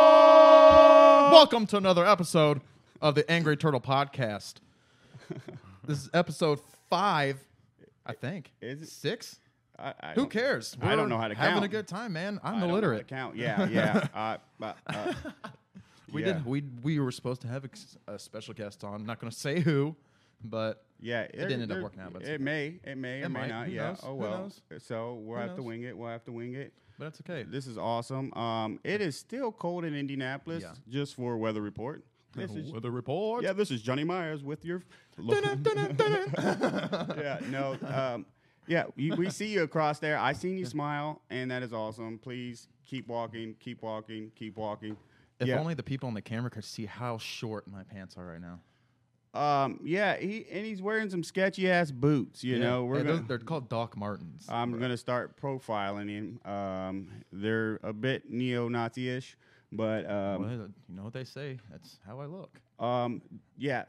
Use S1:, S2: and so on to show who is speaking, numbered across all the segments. S1: Oh. Welcome to another episode of the Angry Turtle Podcast. This is episode five, I think.
S2: Is it?
S1: six?
S2: I, I
S1: Who
S2: don't-
S1: cares?
S2: I don't
S1: We're
S2: know how to
S1: having
S2: count.
S1: a good time, man.
S2: I don't
S1: I'm
S2: know how to
S1: illiterate.
S2: Count. Yeah, yeah. uh, but, uh,
S1: We
S2: yeah.
S1: did. We we were supposed to have ex- a special guest on. not going to say who, but
S2: Yeah, it
S1: didn't end up working out, but it's
S2: it
S1: okay.
S2: may, it may, it,
S1: It
S2: may
S1: might.
S2: not.
S1: Who
S2: yeah.
S1: knows?
S2: Oh
S1: Who
S2: well.
S1: knows?
S2: So we'll
S1: Who
S2: have to
S1: knows?
S2: wing it. We'll have to wing it.
S1: but that's okay.
S2: This is awesome. Um, it is still cold in Indianapolis.
S1: Yeah.
S2: Just for weather report. This is
S1: Weather report.
S2: yeah. This is Johnny Myers with your. yeah. No. Um, yeah. You, we see you across there. I seen you smile, and that is awesome. Please keep walking. Keep walking. Keep walking.
S1: If
S2: yeah.
S1: only the people on the camera could see how short my pants are right now.
S2: Um, yeah, he and he's wearing some sketchy ass boots. You know, we're
S1: Hey, those-
S2: gonna, Um,
S1: they're called Doc Martens.
S2: I'm gonna start profiling him. Um, they're a bit neo-Nazi-ish, but
S1: Well,
S2: um,
S1: you know what they say. That's how I look.
S2: um, yeah,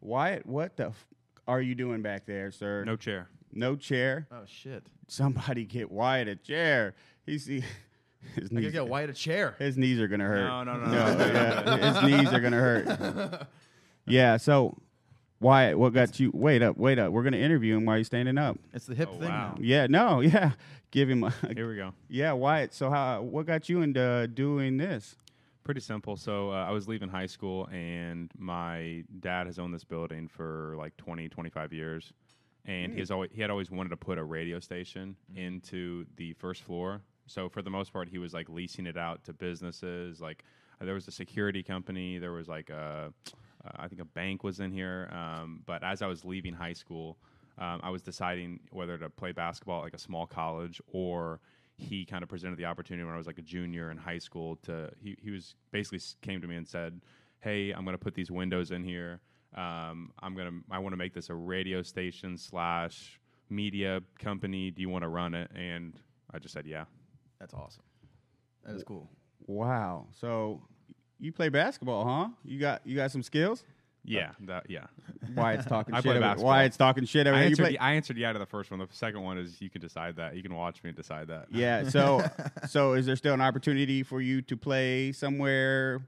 S2: Wyatt, what the f- are you doing back there, sir?
S3: No chair.
S2: no chair.
S1: Oh shit!
S2: Somebody get Wyatt a chair. He's he, his
S1: I gotta
S2: knees.
S1: get White a chair.
S2: His knees are gonna hurt.
S3: No, no, no,
S2: no.
S3: no, no,
S2: yeah, his knees are gonna hurt. Yeah. So, Wyatt, what got you? Wait up, wait up. We're gonna interview him while he's standing up.
S1: It's the hip
S3: Oh,
S1: thing.
S3: wow.
S1: now.
S2: Yeah. No. Yeah. Give him. A,
S3: Here we go.
S2: yeah, Wyatt. So, how? What got you into doing this?
S3: Pretty simple. So uh, I was leaving high school, and my dad has owned this building for like 20, 25 years, and he has always he had always wanted to put a radio station into the first floor. So for the most part, he was like leasing it out to businesses. Like uh, there was a security company, there was like a, uh, I think a bank was in here. Um, but as I was leaving high school, um, I was deciding whether to play basketball at like a small college or he kind of presented the opportunity when I was like a junior in high school to he, he was basically s- came to me and said, "Hey, I'm going to put these windows in here. Um, I'm going to I want to make this a radio station slash media company. Do you want to run it?" And I just said, "Yeah."
S1: That's awesome. That is cool.
S2: Wow. So, you play basketball, huh? You got you got some skills.
S3: Yeah, that, yeah.
S2: Wyatt's talking
S3: I
S2: shit.
S3: play
S2: over-
S3: basketball.
S2: Wyatt's talking shit. Over
S3: I
S2: here. You
S3: answered,
S2: play-
S3: I answered yeah to the first one. The second one is you can decide that. You can watch me decide that.
S2: Yeah. So, so is there still an opportunity for you to play somewhere?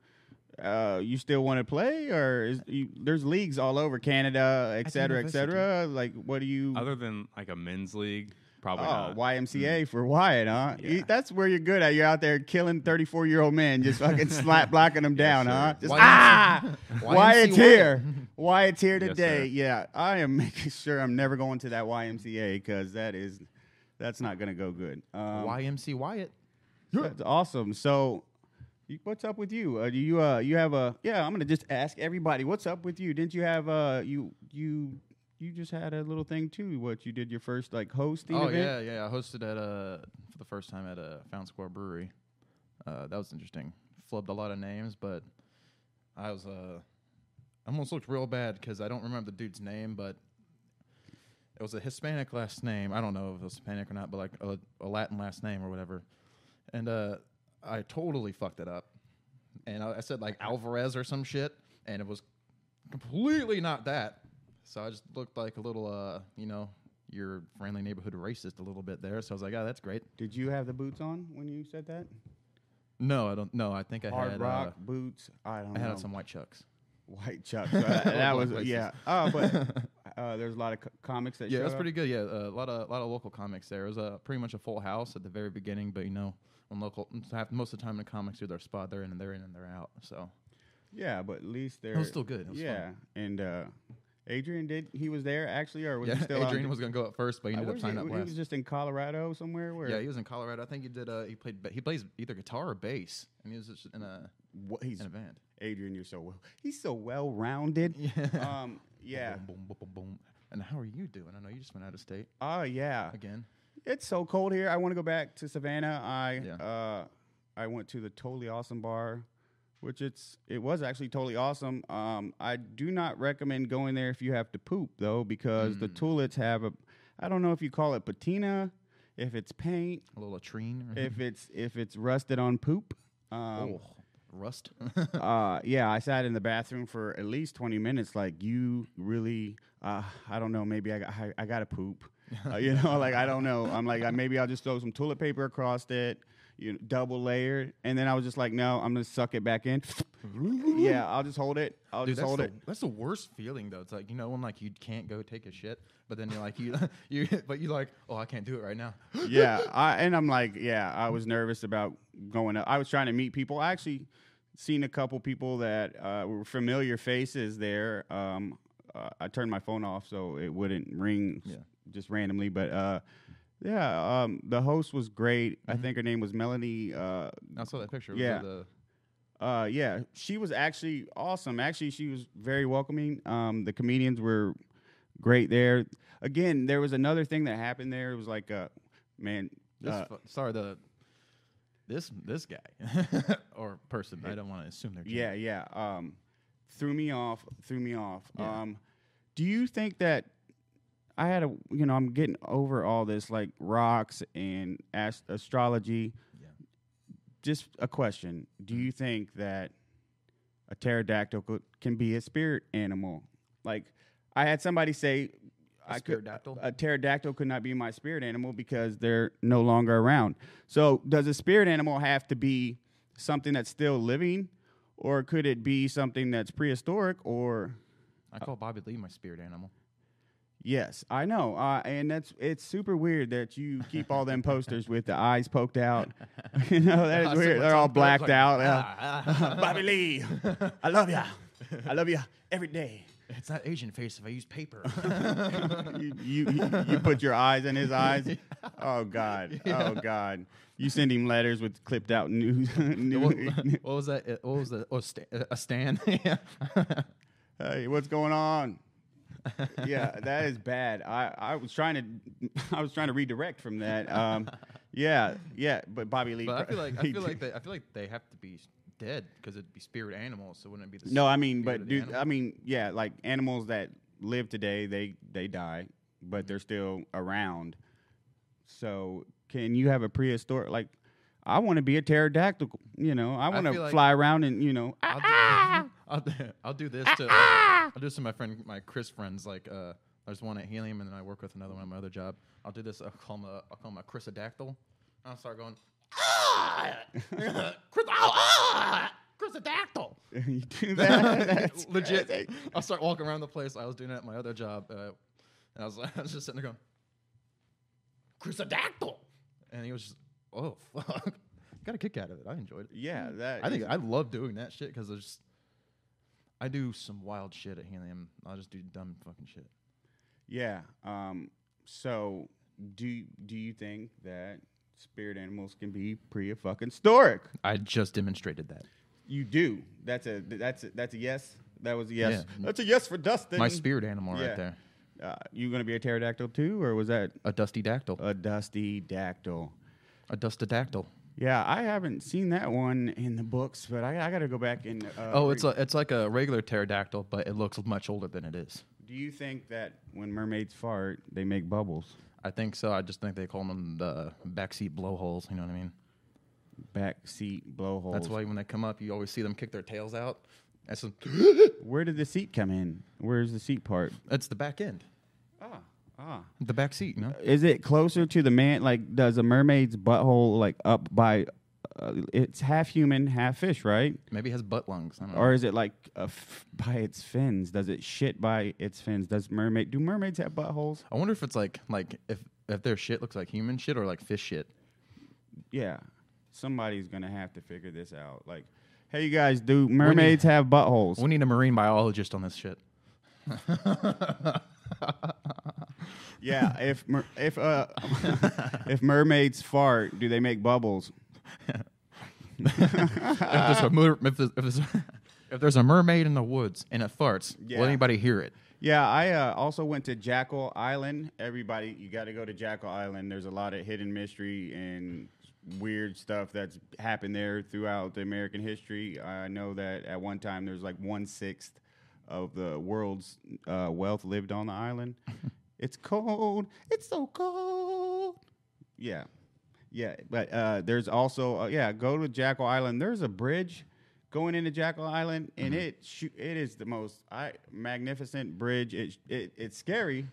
S2: Uh, you still want to play, or is you, there's leagues all over Canada, et cetera, et
S1: university.
S2: cetera? Like, what do you?
S3: Other than like a men's league, probably
S2: Oh,
S3: not. Mm.
S2: YMCA for Wyatt, huh?
S3: Yeah.
S2: You- that's where you're good at. You're out there killing 34 year old men, just fucking slap blocking them down,
S3: sir.
S2: huh? Just
S1: YMCA.
S2: ah, Wyatt's here. Wyatt's here
S3: Yes,
S2: today.
S3: sir.
S2: yeah, I am making sure I'm never going to that YMCA because that is, that's not gonna go good. Um,
S1: YMC Wyatt.
S2: That's awesome. So, you, what's up with you? Uh, do you uh, you have a yeah? I'm gonna just ask everybody. What's up with you? Didn't you have uh you you you just had a little thing too? What you did your first like hosting
S1: Oh yeah,
S2: event?
S1: yeah. I hosted at uh for the first time at a Found Square Brewery. Uh, that was interesting. Flubbed a lot of names, but I was uh I almost looked real bad because I don't remember the dude's name, but it was a Hispanic last name. I don't know if it was Hispanic or not, but like a, a Latin last name or whatever. And uh, I totally fucked it up, and I, I said like Alvarez or some shit, and it was completely not that. So I just looked like a little, uh, you know, your friendly neighborhood racist a little bit there. So I was like, oh, that's great.
S2: Did you have the boots on when you said that?
S1: No, I don't. No, I think I
S2: Hard
S1: had.
S2: rock
S1: uh,
S2: boots. I don't
S1: I
S2: know.
S1: had some white chucks.
S2: white chucks. Uh, that, that was
S1: Black laces.
S2: yeah. Oh, but uh, there's a lot of co- comics that
S1: Yeah,
S2: showed
S1: it was
S2: up.
S1: pretty good. Yeah, uh, a lot of lot of local comics there. It was a pretty much a full house at the very beginning, but you know, when local half- most of the time when comics do their spot, they're in and they're in and they're out. So
S2: Yeah, but at least they're
S1: it was still good. It was
S2: yeah, and uh, Adrian did he was there actually, or was
S1: fun.
S2: he
S1: Yeah,
S2: still out?
S1: Adrian was gonna go up first, but he
S2: Uh,
S1: ended
S2: where
S1: up
S2: is he,
S1: signing up
S2: he was
S1: last.
S2: just in Colorado somewhere. Where?
S1: Yeah, he was in Colorado. I think he did. Uh, he played. ba- He plays either guitar or bass, and he was just in a
S2: Wha- he's
S1: in a band.
S2: Adrian. You're so well. He's so well rounded.
S1: Yeah.
S2: Um. Yeah.
S1: Boom, boom, boom, boom, boom. And how are you doing? I know you just went out of state
S2: Oh yeah.
S1: again.
S2: It's so cold here. I want to go back to Savannah. I
S1: Yeah.
S2: uh, I went to the Totally Awesome Bar, which it's it was actually totally awesome. Um, I do not recommend going there if you have to poop though, because
S1: Hmm.
S2: the toilets have a I don't know if you call it patina, if it's paint,
S1: A little latrine. Or
S2: if it's if it's rusted on poop. Um,
S1: oh, rust.
S2: uh, yeah, I sat in the bathroom for at least 20 minutes. Like, you really, uh, I don't know, maybe I, got- I, I got to poop. Uh, you know, like I don't know. I'm like I, maybe I'll just throw some toilet paper across it, you know, double layered, and then I was just like, no, I'm gonna suck it back in. yeah, I'll just hold it. I'll
S1: Dude,
S2: just
S1: that's
S2: hold
S1: the,
S2: it.
S1: that's the worst feeling though. It's like you know when like you can't go take a shit, but then you're like you you but you like oh I can't do it right now.
S2: yeah, I and I'm like, yeah, I was nervous about going up. I was trying to meet people. I actually seen a couple people that uh, were familiar faces there. Um, uh, I turned my phone off so it wouldn't ring s-
S1: Yeah.
S2: just randomly, but uh, yeah, um, the host was great.
S1: Mm-hmm.
S2: I think her name was Melanie. Uh,
S1: I saw that picture.
S2: Yeah.
S1: Was it the,
S2: uh, yeah, she was actually awesome. Actually, she was very welcoming. Um, the comedians were great there. Again, there was another thing that happened there. It was like, uh, man.
S1: this
S2: uh,
S1: fu- sorry the this this guy or person. I don't want to assume they're
S2: Yeah, yeah. Um, threw me off. Threw me off.
S1: Yeah.
S2: Um, do you think that I had a you know I'm getting over all this like rocks and ast- astrology.
S1: Yeah. Mm-hmm.
S2: Just a question. Do you think that a pterodactyl could, can be a spirit animal? Like I had somebody say.
S1: A
S2: I could,
S1: pterodactyl?
S2: a pterodactyl could not be my spirit animal because they're no longer around. So, does a spirit animal have to be something that's still living, or could it be something that's prehistoric? Or
S1: I call Bobby Lee my spirit animal.
S2: yes, I know, uh, and that's it's super weird that you keep all them posters with the eyes poked out. you know that is
S1: Uh,
S2: weird.
S1: someone
S2: They're all
S1: told me, I was
S2: blacked
S1: like,
S2: out. uh,
S1: "Ah, ah, ah."
S2: Bobby Lee, I love ya. I love ya every day.
S1: it's not Asian face if I use paper.
S2: you, you you- you put your eyes in his eyes. Oh God! Oh God! You send him letters with clipped out news.
S1: what,
S2: new,
S1: what was that? uh, What was the oh sta- uh, a stand? yeah.
S2: hey, what's going on? yeah, that is bad. I, I was trying to I was trying to redirect from that. Um, yeah, yeah, but Bobby Lee.
S1: But I feel
S2: pro-
S1: like I
S2: he
S1: feel
S2: did-
S1: like they I feel like they have to be dead because it'd be spirit animals. So wouldn't it be the
S2: no, I
S1: spirit
S2: mean,
S1: of
S2: but
S1: the
S2: dude,
S1: animal?
S2: I mean, yeah, like animals that live today, they they die, but
S1: Mm-hmm.
S2: they're still around. So, can you have a prehistoric like? I want to be a pterodactyl. You know, I want
S1: feel
S2: to
S1: like-
S2: fly around and you know. ah,
S1: I'll do, I'll, do, I'll do this to I'll do this to my friend my Chris friends like uh there's one at Helium and then I work with another one at my other job. I'll do this I'll call him a, I'll call him a Chrisodactyl. I'll start going "Ah!" Chris, ah, ah, Chrisodactyl.
S2: you do that. That's
S1: Legit.
S2: crazy.
S1: I'll start walking around the place. I was doing it at my other job uh, and I was I was just sitting there going Chrisodactyl. And he was just oh fuck. Got a kick out of it. I enjoyed it.
S2: Yeah, that.
S1: I think
S2: is-
S1: I love doing that shit because there's. I do some wild shit at Helium. I'll just do dumb fucking shit.
S2: Yeah. Um. So, do do you think that spirit animals can be pre fucking historic?
S1: I just demonstrated that.
S2: You do. That's a that's a, that's a yes. That was a yes.
S1: Yeah.
S2: That's a yes for Dustin.
S1: My spirit animal
S2: Yeah.
S1: right there,
S2: Uh, you gonna be a pterodactyl too, or was that
S1: a dusty dactyl,
S2: a dusty dactyl?
S1: a dustodactyl.
S2: Yeah, I haven't seen that one in the books, but I, I got to go back and. Uh,
S1: Oh, it's
S2: read.
S1: a, it's like a regular pterodactyl, but it looks much older than it is.
S2: Do you think that when mermaids fart, they make bubbles?
S1: I think so. I just think they call them the backseat blowholes. You know what I mean?
S2: Backseat blowholes.
S1: That's why when they come up, you always see them kick their tails out. That's some-
S2: Where did the seat come in? Where's the seat part?
S1: that's the back end,
S2: Ah, ah.
S1: the back seat. You know?
S2: Is it closer to the man? Like, does a mermaid's butthole like up by? Uh, it's half human, half fish, right?
S1: Maybe it has butt lungs. I don't know.
S2: Or is it like a f- by its fins? Does it shit by its fins? Does mermaid? Do mermaids have buttholes?
S1: I wonder if it's like like if if their shit looks like human shit or like fish shit.
S2: Yeah, somebody's gonna have to figure this out. Like, hey, you guys, do mermaids have buttholes?
S1: We need a marine biologist on this shit.
S2: yeah, if mer- if uh, if mermaids fart, do they make bubbles?
S1: if, there's a mer- if, there's, if, there's if there's a mermaid in the woods and it farts,
S2: Yeah.
S1: will anybody hear it?
S2: Yeah, I uh, also went to Jackal Island. Everybody, you got to go to Jackal Island. There's a lot of hidden mystery and weird stuff that's happened there throughout the American history. I know that at one time there's like one sixth of the world's uh, wealth lived on the island. it's cold. It's so cold. Yeah, yeah. But uh, there's also uh, yeah. Go to Jackal Island. There's a bridge going into Jackal Island, and it shoo- it is the most I, magnificent bridge. It, it it's scary.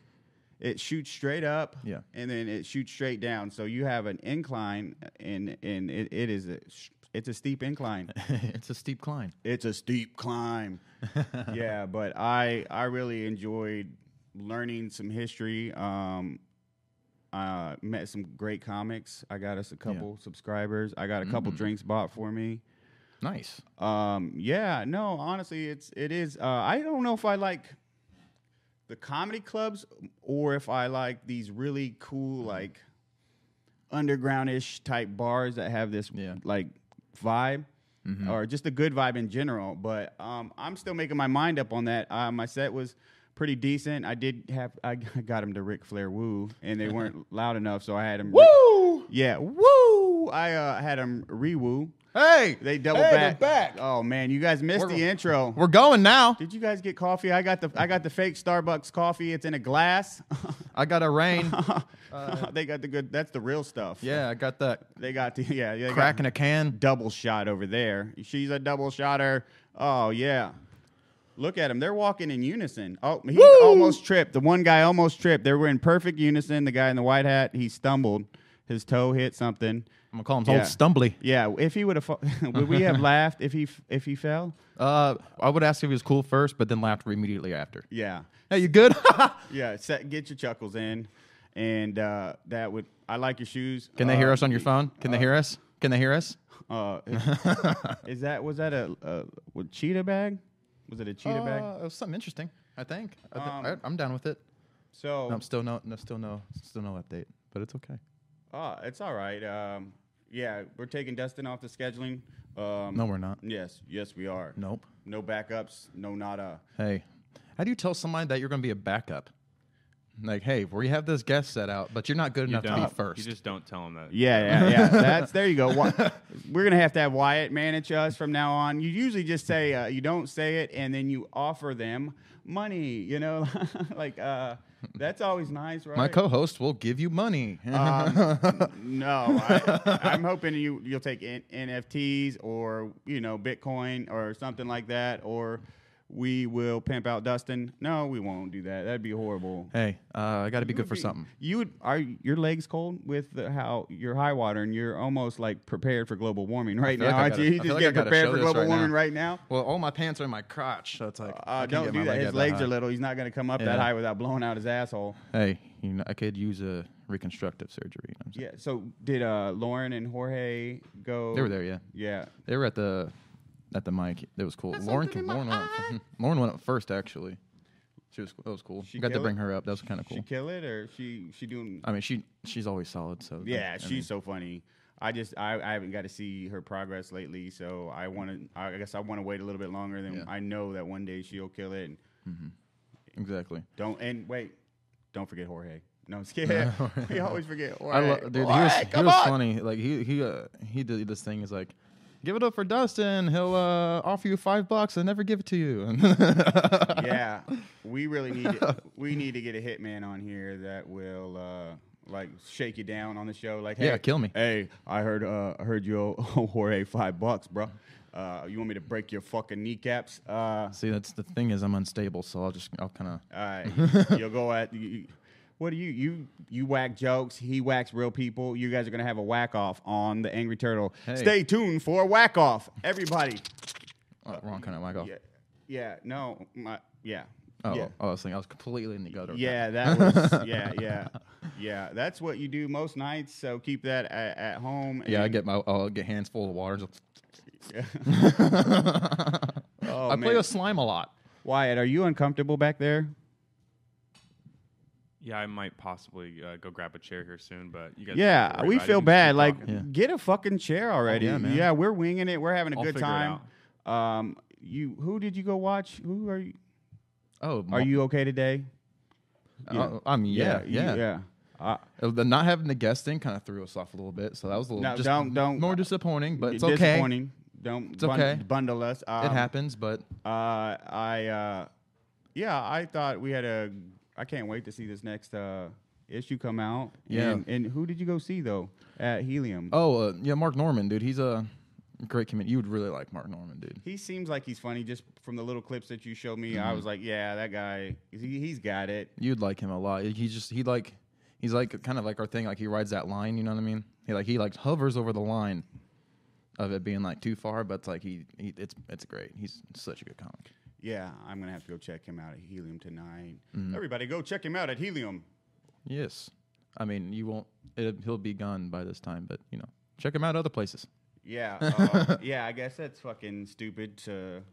S2: it shoots straight up
S1: Yeah.
S2: and then it shoots straight down so you have an incline and and it, it is a sh- it's a steep incline
S1: it's a steep climb.
S2: it's a steep climb yeah but i i really enjoyed learning some history um uh met some great comics i got us a couple subscribers i got a couple drinks bought for me
S1: Nice.
S2: um, yeah, no, honestly, it's it is. Uh, I don't know if I like the comedy clubs or if I like these really cool like undergroundish type bars that have this
S1: Yeah.
S2: like vibe or just a good vibe in general. But um, I'm still making my mind up on that. Uh, my set was pretty decent. I did have I got him to Ric Flair woo, and they weren't loud enough, so I had him woo. Yeah, woo. I uh, had him re woo.
S1: Hey,
S2: They double back. Oh man, you guys missed
S1: We're-
S2: the intro.
S1: We're going now.
S2: Did you guys get coffee? I got the I got the fake Starbucks coffee. It's in a glass.
S1: I got a rain.
S2: they got the good. That's the real stuff.
S1: Uh, yeah, I got that
S2: They got the yeah. They
S1: crack in
S2: got
S1: a can.
S2: double shot over there. She's a double shotter. Oh yeah. Look at them. They're walking in unison. Oh, he almost tripped. The one guy almost tripped. They were in perfect unison. The guy in the white hat, he stumbled. His toe hit something.
S1: I'm gonna call him old
S2: Yeah.
S1: Stumbly.
S2: Yeah, if he would have, fa- would we have laughed if he f- if he fell?
S1: Uh, I would ask if he was cool first, but then laughed immediately after.
S2: Yeah.
S1: Hey, you good?
S2: Yeah, set, get your chuckles in, and uh, that would. I like your shoes.
S1: Can they hear us on your phone? Can they hear us? Can they hear us?
S2: Uh, is that was that a, a, a cheetah bag? Was it a cheetah bag?
S1: Uh, it was something interesting. I think. I
S2: Um,
S1: am down with it.
S2: So
S1: I'm still no, no, still no, still no update, but it's okay.
S2: uh, it's all right. Um, yeah, we're taking Dustin off the scheduling. Um,
S1: No, we're not.
S2: Yes, yes, we are.
S1: Nope.
S2: No backups. No nada.
S1: Hey, how do you tell somebody that you're going to be a backup? Like, hey, we have this guest set out, but you're not good
S3: You
S1: enough to
S3: don't.
S1: be first.
S3: You just don't tell them that.
S2: Yeah, yeah, yeah. That's there. You go. Wy- We're gonna have to have Wyatt manage us from now on. You usually just say uh, you don't say it, and then you offer them money. You know, like uh, that's always nice, right?
S1: My co-host will give you money.
S2: Um, no, I, I'm hoping you you'll take N- NFTs or you know Bitcoin or something like that, or we will pimp out Dustin. No, we won't do that. That'd be horrible.
S1: hey, uh, I got to be good
S2: would
S1: for
S2: be-
S1: something.
S2: You would are your legs cold with the, how your high water, and you're almost like prepared for global warming right
S1: feel like
S2: now,
S1: I
S2: aren't
S1: gotta-
S2: you?
S1: I
S2: You
S1: feel
S2: just
S1: like I
S2: get
S1: gotta
S2: prepared
S1: show
S2: for
S1: this
S2: global
S1: right
S2: warming
S1: now.
S2: right now.
S1: Well, all my pants are in my crotch, so it's like
S2: Uh,
S1: I can't
S2: don't
S1: get
S2: do
S1: my
S2: that.
S1: leg
S2: His
S1: up that
S2: legs
S1: high.
S2: are little. He's not going to come up
S1: Yeah.
S2: that high without blowing out his asshole.
S1: Hey, you know, I could use a reconstructive surgery. You know what I'm saying?
S2: Yeah. So did uh, Lauren and Jorge go?
S1: They were there, yeah.
S2: Yeah.
S1: They were at the at the mic. It was cool. Lauren, came, Lauren, went up, Mm-hmm. Lauren went up first, actually. She was that was cool.
S2: She
S1: got to
S2: killed
S1: bring
S2: it?
S1: her up. That was kind of
S2: She
S1: cool.
S2: kill it or she she doing?
S1: I mean, she she's always solid. So
S2: yeah,
S1: I
S2: she's
S1: mean,
S2: so funny. I just I, I haven't got to see her progress lately, so I want to. I guess I want to wait a little bit longer than
S1: Yeah.
S2: I know that one day she'll kill it. And
S1: exactly.
S2: Don't and wait, don't forget Jorge. No, I'm scared. we always forget Jorge.
S1: I love, dude. He was,
S2: Jorge,
S1: he
S2: come
S1: was
S2: on!
S1: funny. Like he he uh, he did this thing. Is like, give it up for Dustin. He'll uh, offer you five bucks and never give it to you.
S2: yeah, we really need to, we need to get a hitman on here that will uh, like shake you down on the show. Like,
S1: Yeah,
S2: hey,
S1: kill me.
S2: Hey, I heard uh, I heard you owe Jorge five bucks, bro. Uh, you want me to break your fucking kneecaps? Uh,
S1: See, that's the thing is I'm unstable, so I'll just I'll kind of
S2: all right, you'll go at. You, you- what do you you you whack jokes? He whacks real people. You guys are gonna have a whack off on the Angry Turtle.
S1: Hey.
S2: Stay tuned for a whack off, everybody.
S1: oh, wrong kind of whack off.
S2: Yeah, yeah, no, my, yeah,
S1: Oh,
S2: yeah.
S1: oh, I was thinking I was completely in the gutter.
S2: Yeah, that was yeah, yeah, yeah. That's what you do most nights. So keep that at, at home.
S1: Yeah, I
S2: and-
S1: get my I'll get hands full of water. Just
S2: Oh,
S1: I
S2: man.
S1: play with slime a lot.
S2: Wyatt, are you uncomfortable back there?
S3: Yeah, I might possibly uh, go grab a chair here soon, but you guys. don't have to
S2: Yeah,
S3: worry
S2: we
S3: about it.
S2: feel
S3: You can just
S2: bad.
S3: keep
S2: Like,
S3: talking.
S1: Yeah. Oh,
S2: get a fucking chair already.
S1: yeah,
S2: yeah,
S1: man.
S2: we're winging it. We're having a
S3: I'll
S2: good
S3: figure it
S2: time. Um, you, who did you go watch? Who are you?
S1: Oh,
S2: Are you okay today?
S1: Oh, I mean, yeah,
S2: you-
S1: yeah.
S2: yeah. Uh,
S1: Uh, The not having the guest thing kind of threw us off a little bit, so that was a little
S2: No,
S1: just
S2: don't- don't-
S1: more disappointing, but it's okay. It
S2: disappointing. Don't
S1: It's okay.
S2: bundle us. Um,
S1: happens, but
S2: Uh, I uh, yeah, I thought we had a. I can't wait to see this next uh, issue come out.
S1: Yeah.
S2: And, and who did you go see though at Helium?
S1: oh uh, yeah, Mark Norman, dude, he's a Great comedian. You would really like Mark Norman, dude.
S2: He seems like he's funny just from the little clips that you showed me.
S1: Mm-hmm.
S2: I was like, yeah, that guy, he, he's got it.
S1: You'd like him a lot. He just he like he's like kind of like our thing. Like he rides that line. You know what I mean? He like he like hovers over the line of it being like too far, but it's like he, he it's it's great. He's such a good comic.
S2: Yeah, I'm gonna have to go check him out at Helium tonight. Everybody, go check him out at Helium.
S1: Yes, I mean you won't. It, he'll be gone by this time, but you know check him out other places.
S2: Yeah, uh, yeah. I guess that's fucking stupid to.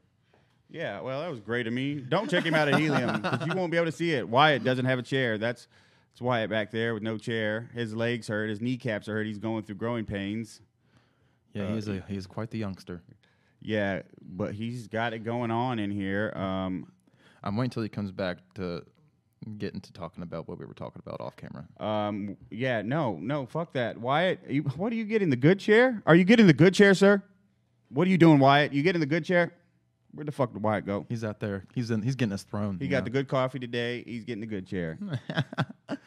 S2: Yeah, well, that was great of me. Don't check him out at Helium 'cause you won't be able to see it. Wyatt doesn't have a chair. That's that's Wyatt back there with no chair. His legs hurt. His kneecaps are hurt. He's going through growing pains.
S1: Yeah, he's a he's quite the youngster.
S2: Yeah, but he's got it going on in here. Um,
S1: I'm waiting till he comes back to get into talking about what we were talking about off camera.
S2: um, yeah, no, no, fuck that, Wyatt. You, what are you getting the good chair? Are you getting the good chair, sir? What are you doing, Wyatt? You getting the good chair? Where the fuck did Wyatt go?
S1: He's out there. He's in. He's getting his throne.
S2: He got the good coffee today. He's getting the good chair.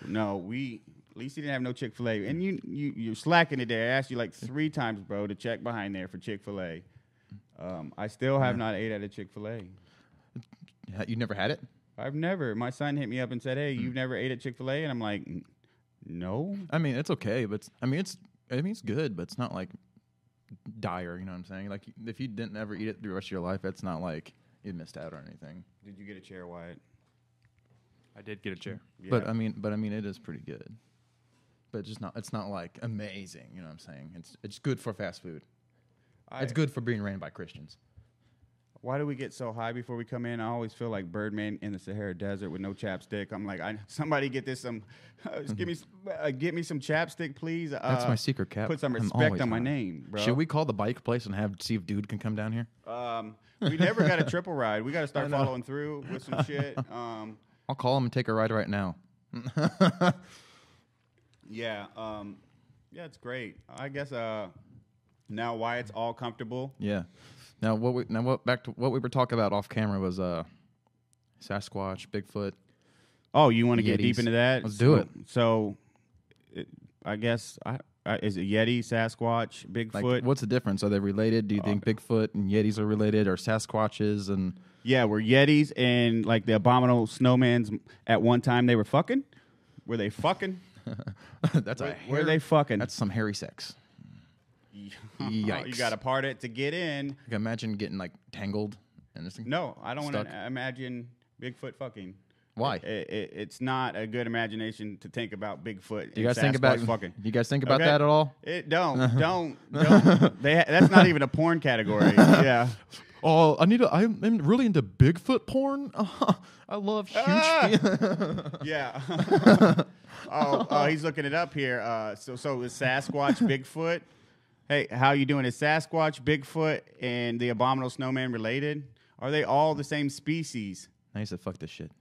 S2: no, we at least he didn't have no Chick Fil A. And you you you're slacking today. I asked you like three times, bro, to check behind there for Chick Fil A. Um, I still have not ate at a Chick Fil A.
S1: the. You never had it.
S2: I've never. My son hit me up and said, "Hey, you've never ate at Chick Fil A?" And I'm like, "N- "No."
S1: I mean, it's okay, but it's, I mean, it's I mean, it's good, but it's not like dire. You know what I'm saying? Like, if you didn't ever eat it the rest of your life, it's not like you missed out or anything.
S2: Did you get a chair, Wyatt?
S3: I did get a chair.
S1: But I mean, but I mean, it is pretty good. But just not. It's not like amazing. You know what I'm saying? It's it's good for fast food. it's good for being ran by Christians.
S2: Why do we get so high before we come in? I always feel like Birdman in the Sahara Desert with no chapstick. I'm like, I, somebody get this some, just give me s- uh, get me some chapstick, please. Uh,
S1: That's my secret cap.
S2: Put some
S1: I'm
S2: respect
S1: always
S2: on my
S1: high.
S2: name, bro.
S1: Should we call the bike place and have see if dude can come down here?
S2: Um, we never got a triple ride. We got to start following through with some shit. Um,
S1: I'll call him and take a ride right now.
S2: yeah, um, yeah, it's great. I guess uh, now Wyatt's all comfortable.
S1: Yeah. Now what we now what back to what we were talking about off camera was uh Sasquatch, Bigfoot.
S2: Oh, you want to get deep
S1: Yetis.
S2: into that?
S1: Let's do it.
S2: So, it, I guess I, I is it Yeti, Sasquatch,
S1: Like
S2: Bigfoot?
S1: what's the difference? Are they related? Do you think Bigfoot and Yetis are related or Sasquatches and
S2: Yeah, were Yetis and like the abominable snowmans at one time they were fucking? Were they fucking?
S1: that's a
S2: Were
S1: hair-
S2: they fucking?
S1: that's some hairy sex. Yikes.
S2: you got to part it to get in.
S1: Like imagine getting like tangled and it's
S2: No, I don't want
S1: Stuck.
S2: to imagine Bigfoot fucking.
S1: Why?
S2: I- I- it's not a good imagination to think about Bigfoot.
S1: Do you guys think about
S2: fucking?
S1: Do you guys think about
S2: Okay?
S1: that at all?
S2: It don't don't don't. they, ha- that's not even a porn category. yeah.
S1: Oh, I need to. I'm I'm really into Bigfoot porn. I love huge.
S2: Ah! Yeah. oh, oh, he's looking it up here. Uh, so, so is Sasquatch Bigfoot? Hey, how you doing? Is Sasquatch Bigfoot and the abominable snowman related? Are they all the same species?
S1: I used to fuck this shit.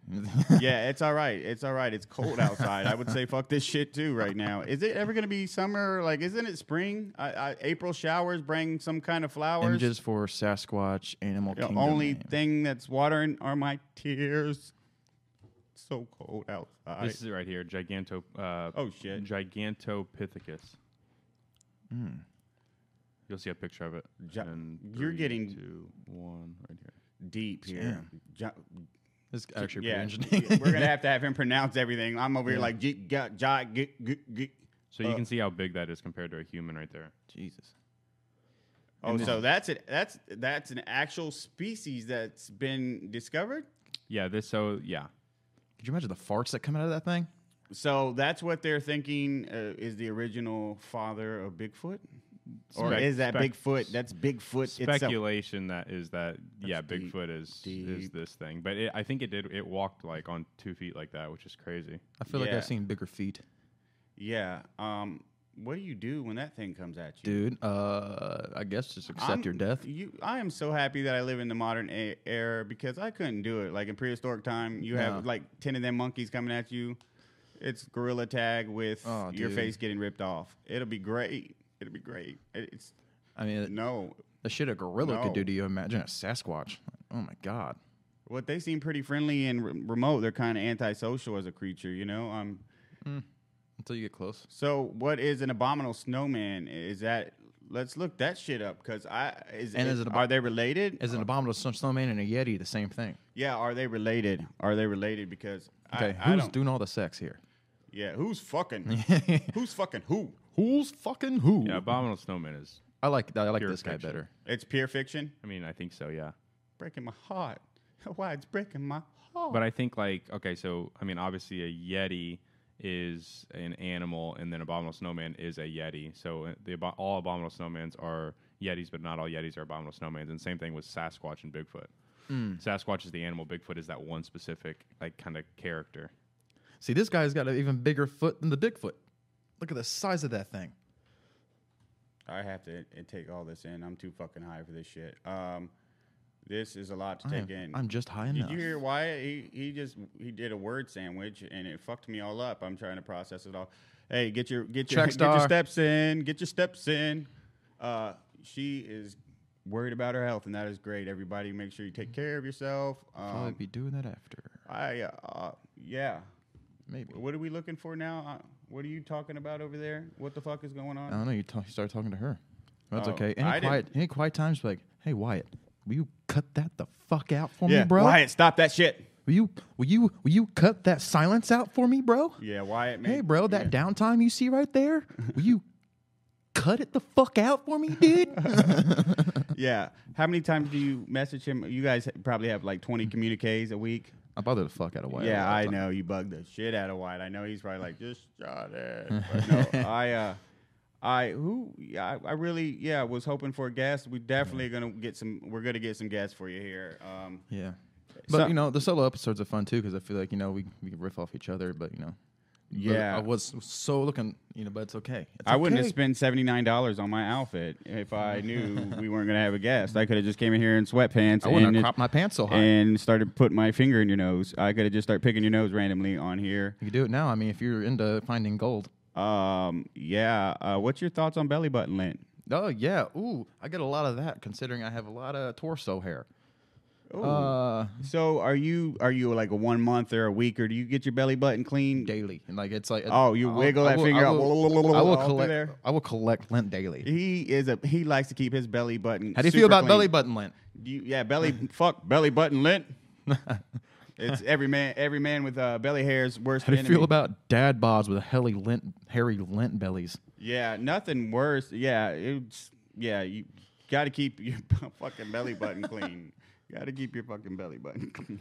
S2: Yeah, it's all right. It's all right. It's cold outside. I would say fuck this shit too right now. Is it ever gonna be summer? Like, isn't it spring? I, I, April showers bring some kind of flowers.
S1: Images for Sasquatch Animal
S2: the
S1: Kingdom.
S2: only
S1: name.
S2: thing that's watering are my tears. So cold outside.
S3: This is it right here. Giganto. Uh,
S2: oh shit. Hmm.
S3: Gigantopithecus. You'll see a picture of it.
S2: Gi-
S3: in
S2: you're
S3: three,
S2: getting-
S3: two, one right here.
S2: deep here. Jo-
S1: It's actually
S2: yeah,
S1: pretty
S2: y-
S1: interesting.
S2: we're gonna have to have him pronounce everything. I'm over here like G- G- G- G- G- G-
S3: So
S2: Uh,
S3: you can see how big that is compared to a human right there.
S1: Jesus.
S2: Oh, so that's it. That's that's an actual species that's been discovered.
S3: Yeah. This. So yeah.
S1: Could you imagine the farts that come out of that thing?
S2: So that's what they're thinking uh, is the original father of Bigfoot, or
S3: Spec-
S2: is that
S3: spec-
S2: Bigfoot? That's Bigfoot itself.
S3: Speculation that is that yeah,
S2: deep,
S3: Bigfoot is is
S2: deep.
S3: this thing, but it, I think it did. It walked like on two feet like that, which is crazy.
S1: I feel like
S2: Yeah.
S1: I've seen bigger feet.
S2: Yeah. Um. What do you do when that thing comes at you?
S1: Dude, uh, I guess just accept
S2: I'm-
S1: your death.
S2: You, I am so happy that I live in the modern a- era because I couldn't do it. Like in prehistoric time, you have
S1: No.
S2: like ten of them monkeys coming at you. It's gorilla tag with
S1: Oh,
S2: your
S1: dude.
S2: face getting ripped off. It'll be great. It'll be great. It- It's
S1: I mean,
S2: no.
S1: the shit a gorilla could
S2: No.
S1: do to you, imagine a Sasquatch. Oh my God.
S2: What they seem pretty friendly and re- remote. They're kind of antisocial as a creature, you know. Um.
S1: Until you get close.
S2: So, what is an abominable snowman? Is that Let's look that shit up because I is,
S1: And
S2: is-
S1: is it a-
S2: are they related?
S1: Is an abominable sn- snowman and a yeti the same thing?
S2: yeah, are they related? Are they related? Because
S1: Okay,
S2: I, I
S1: who's
S2: don't.
S1: doing all the sex here?
S2: yeah, who's fucking? who's fucking who?
S1: Who's fucking who?
S3: Yeah, Abominable Snowman is.
S1: I like I like
S3: Pure
S1: this guy
S3: fiction.
S1: better.
S2: It's pure fiction.
S3: I mean, I think so. Yeah.
S2: Breaking my heart. Why it's breaking my heart?
S3: But I think like okay, so I mean, obviously a yeti is an animal, and then abominable snowman is a yeti. So uh, the abo- all abominable snowmans are yetis, but not all yetis are abominable snowmans. And same thing with Sasquatch and Bigfoot.
S2: Hmm.
S3: Sasquatch is the animal. Bigfoot is that one specific like kind of character.
S1: See, this guy's got an even bigger foot than the Bigfoot. Look at the size of that thing.
S2: I have to uh, take all this in. I'm too fucking high for this shit. Um, this is a lot to
S1: I
S2: take
S1: am,
S2: in.
S1: I'm just high
S2: Did
S1: enough.
S2: you hear Wyatt? He he just he did a word sandwich and it fucked me all up. I'm trying to process it all. Hey, get your get your
S1: Track
S2: get your
S1: star.
S2: steps in. Get your steps in. Uh, she is worried about her health, and that is great. Everybody, make sure you take care of yourself.
S1: Probably
S2: Um,
S1: be doing that after.
S2: I uh, yeah.
S1: Maybe.
S2: What are we looking for now? Uh, what are you talking about over there? What the fuck is going on?
S1: I don't know. You, ta- you start talking to her. That's
S2: Oh,
S1: okay.
S2: I
S1: Any
S2: didn't-
S1: quiet, any quiet times, like, hey Wyatt, will you cut that the fuck out for
S2: yeah,
S1: me, bro?
S2: Wyatt, stop that shit.
S1: Will you, will you, will you cut that silence out for me, bro?
S2: Yeah, Wyatt. Man,
S1: Hey, bro, that downtime you see right there, will you cut it the fuck out for me, dude?
S2: Yeah. How many times do you message him? You guys probably have like 20 communiques a week.
S1: I bother the fuck out of Wyatt.
S2: yeah,
S1: all the
S2: I
S1: time.
S2: know you bug the shit out of White. I know he's probably like, just shot it. But no, I, uh, I who yeah, I, I really yeah was hoping for a guest. We definitely gonna get some. We're gonna get some guests for you here. Um,
S1: Yeah. But
S2: So-
S1: you know, the solo episodes are fun too because I feel like you know we we can riff off each other. But you know, But
S2: Yeah.
S1: I was so looking, you know, but it's okay. It's
S2: I wouldn't have
S1: okay.
S2: spent seventy nine dollars on my outfit if I knew we weren't gonna have a guest. I could have just came in here in sweatpants
S1: I wouldn't
S2: and,
S1: have cropped my pants so high.
S2: and started putting my finger in your nose. I could have just started picking your nose randomly on here.
S1: you can do it now. I mean, if you're into finding gold.
S2: Um, yeah. Uh, what's your thoughts on belly button lint?
S1: Oh yeah, ooh, I get a lot of that considering I have a lot of torso hair. Uh,
S2: So are you are you like a one month or a week or do you get your belly button clean?
S1: daily, and like it's like
S2: Oh, you
S1: I'll-
S2: wiggle
S1: I
S2: that
S1: will-
S2: finger
S1: I
S2: out.
S1: will, I
S2: All
S1: will
S2: through
S1: collect.
S2: there.
S1: I will collect lint daily.
S2: He is a he likes to keep his belly button.
S1: How do you feel
S2: super
S1: about
S2: clean.
S1: belly button lint?
S2: Do you, yeah, belly fuck belly button lint. it's every man every man with uh, belly hair's worst
S1: How do you
S2: enemy.
S1: feel about dad bods with hairy lint, hairy lint bellies?
S2: yeah, nothing worse. Yeah, it's yeah, you got to keep your fucking belly button clean. got to keep your fucking belly button clean.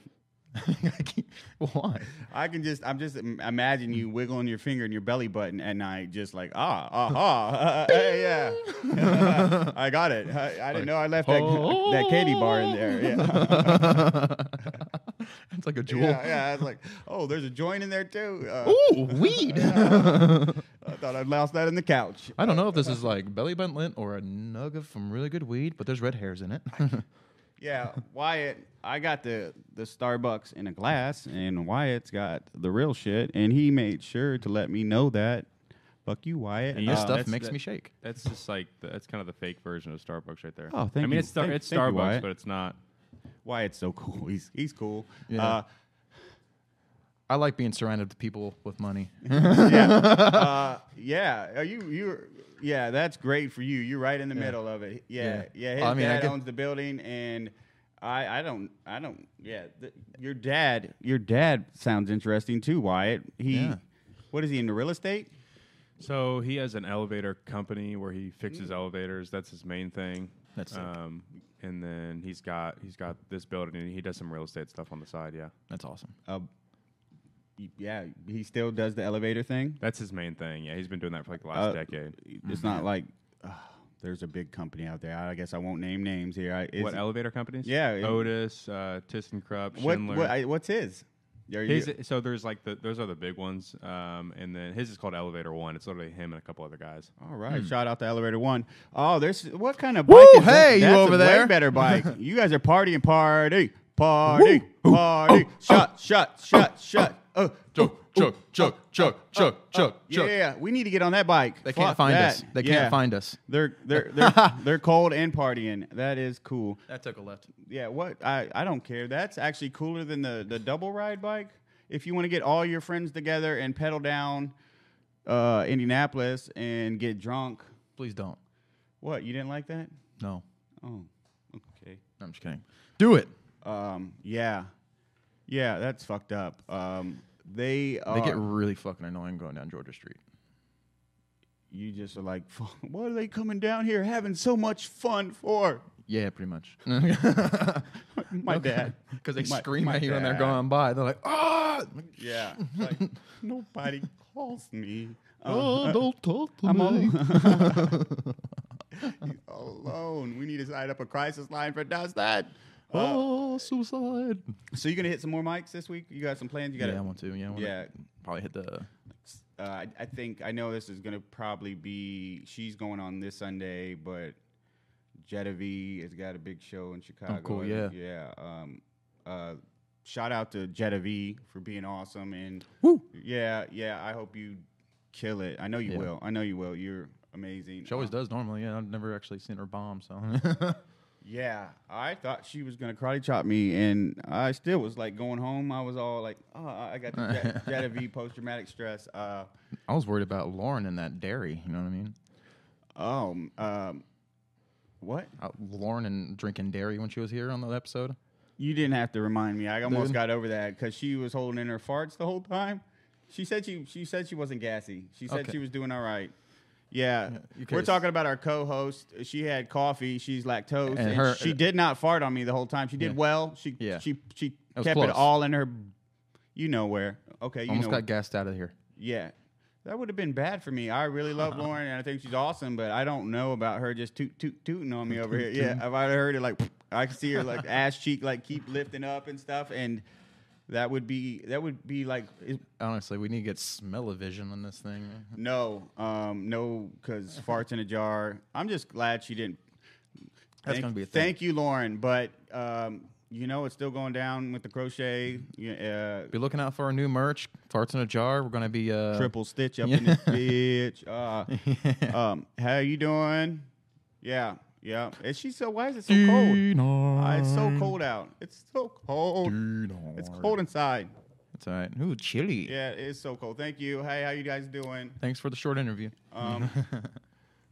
S1: Why?
S2: I can just, I'm just im- imagine you wiggling your finger and your belly button at night, just like, ah, aha, hey, yeah. I got it. I, I didn't know I left that, that candy bar in there. Yeah.
S1: It's like a jewel.
S2: yeah, yeah. I was like, oh, there's a joint in there too. Uh,
S1: Ooh, weed.
S2: I thought I'd lost that in the couch.
S1: I don't know if this is like belly button lint or a nug of some really good weed, but there's red hairs in it.
S2: Yeah, Wyatt, I got the, the Starbucks in a glass, and Wyatt's got the real shit, and he made sure to let me know that. Fuck you, Wyatt.
S3: And
S1: this
S3: Uh,
S1: stuff
S3: that's-
S1: makes
S3: that-
S1: me shake.
S3: That's just like the, that's kind of the fake version of Starbucks right there.
S2: Oh, thank
S3: I mean,
S2: you.
S3: it's Star-
S2: Thank-
S3: it's
S2: thank you,
S3: Starbucks,
S2: Wyatt.
S3: but it's not.
S2: Wyatt's so cool. He's he's cool.
S1: Yeah.
S2: Uh,
S1: I like being surrounded with people with money.
S2: yeah. Uh, yeah. Are you you yeah, that's great for you. You're right in the middle of it. Yeah. Yeah,
S1: Yeah.
S2: his
S1: I mean, I
S2: dad
S1: get-
S2: owns the building and I, I don't I don't yeah, th- your dad your dad sounds interesting too, Wyatt. He
S1: Yeah.
S2: what is he into real estate?
S3: So he has an elevator company where he fixes
S2: Mm.
S3: elevators. That's his main thing.
S1: That's sick.
S3: um, and then he's got he's got this building and he does some real estate stuff on the side. Yeah,
S1: That's awesome.
S2: Uh, yeah, he still does the elevator thing.
S3: that's his main thing. Yeah, he's been doing that for like the last
S2: Uh,
S3: decade.
S2: It's
S1: Mm-hmm.
S2: not like uh, there's a big company out there. I guess I won't name names here. I, is
S3: What
S2: it-
S3: elevator companies?
S2: Yeah, it-
S3: Otis, uh, ThyssenKrupp,
S2: What,
S3: Schindler.
S2: what I, what's his? Are you-
S3: his, so there's like the, those are the big ones, um, and then his is called Elevator One. It's literally him and a couple other guys.
S2: All right, shout out to Elevator One. Oh, there's what kind of
S1: Hmm. Woo,
S2: bike? is that?
S1: hey, you
S2: That's a
S1: over
S2: way
S1: there.
S2: better bike. you guys are partying, party, party, party.
S1: oh,
S2: shut, shut, shut, shut. Uh,
S1: Chug, chug, chug, chug, chug, chug,
S2: oh, yeah, yeah, we need to get on that bike.
S1: They can't
S2: Fuck
S1: find
S2: that.
S1: us. They
S2: Yeah.
S1: can't find us.
S2: They're they're they're, they're cold and partying. That is cool.
S1: That took a left.
S2: Yeah, what I, I don't care. That's actually cooler than the the double ride bike. If you want to get all your friends together and pedal down uh, Indianapolis and get drunk,
S1: Please don't.
S2: What? You didn't like that?
S1: No,
S2: Oh, okay.
S1: I'm just kidding. Do it.
S2: Um, yeah, yeah, that's fucked up. Um, they
S1: They
S2: are,
S1: get really fucking annoying going down Georgia Street.
S2: you just are like, what are they coming down here having so much fun for?
S1: Yeah, pretty much.
S2: My dad,
S1: Because they
S2: My-
S1: scream
S2: my
S1: at you when they're
S2: dad.
S1: going by. They're like, ah,
S2: Yeah, like nobody calls me. Um,
S1: oh, don't talk to
S2: I'm
S1: me.
S2: alone. We need to sign up a crisis line for Dustin. Uh,
S1: oh, suicide.
S2: so you gonna hit some more mics this week? You got some plans? You got
S1: yeah, I want to. Yeah, I want
S2: yeah.
S1: to probably hit the.
S2: Uh, I, I think I know this is gonna probably be. She's going on this Sunday, but Jetta has got a big show in Chicago.
S1: Oh, cool,
S2: I-
S1: yeah.
S2: yeah. Um, uh, shout out to Jetta V for being awesome and
S1: Woo!
S2: yeah, yeah. I hope you kill it. I know you
S1: Yeah.
S2: will. I know you will. You're amazing.
S1: She always
S2: Um,
S1: does normally. Yeah, I've never actually seen her bomb. So
S2: Yeah, I thought she was gonna karate chop me, and I still was like going home. I was all like, "Oh, I got the J- Jetta V post traumatic stress." Uh,
S1: I was worried about Lauren and that dairy. You know what I mean?
S2: oh, um, um, what?
S1: Uh, Lauren and drinking dairy when she was here on that episode.
S2: You didn't have to remind me. I almost
S1: Dude.
S2: got over that because she was holding in her farts the whole time. She said she she said she wasn't gassy. She said
S1: Okay.
S2: she was doing all right. Yeah,
S1: you
S2: we're
S1: could've-
S2: talking about our co-host. She had coffee. She's lactose, and,
S1: And her- uh,
S2: she did not fart on me the whole time. She did
S1: Yeah.
S2: well. She
S1: Yeah.
S2: she she
S1: was
S2: kept it
S1: close.
S2: all in her. You know where? Okay, you
S1: Almost
S2: know.
S1: got gassed out of here.
S2: yeah, that would have been bad for me. I really love Lauren, and I think she's awesome. But I don't know about her just toot toot tooting on me over here. Yeah, I've already heard it. Like I can see her like ass cheek like keep lifting up and stuff, and that would be that would be like it-
S1: Honestly, we need to get smell of vision on this thing.
S2: no, um, no, because farts in a jar. I'm just glad she didn't.
S1: That's
S2: thank,
S1: gonna be a thing.
S2: Thank you, Lauren. But um, you know, it's still going down with the crochet. Yeah,
S1: Be looking out for our new merch. Farts in a jar. We're gonna be uh,
S2: Uh, triple stitch up in this bitch. Uh, um, how you doing? Yeah, yeah. And she so why is it so cold? Uh, it's so cold out. It's so cold. It's cold inside.
S1: It's all right. Ooh, chilly.
S2: Yeah, it's so cold. Thank you. Hey, how you guys doing?
S1: Thanks for the short interview.
S2: Um,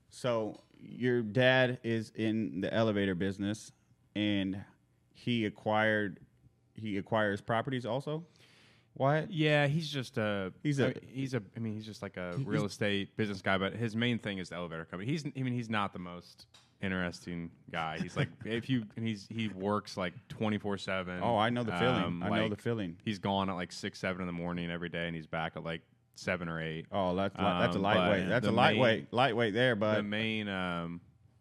S2: so your dad is in the elevator business, and he acquired he acquires properties also. Why?
S3: Yeah, he's just a
S2: He's
S3: he's
S2: a-
S3: a he's a I mean he's just like a real estate business guy, but his main thing is the elevator company. He's I mean he's not the most interesting guy. He's like if you and he's he works like twenty four seven.
S2: Oh, I know the feeling.
S3: Um,
S2: I know the feeling.
S3: He's gone at like six seven in the morning every day, and he's back at like seven or eight.
S2: Oh, that's li- that's a
S3: Um, but
S2: lightweight. That's a
S3: the main-
S2: lightweight. lightweight there,
S3: the
S2: bud.
S3: main um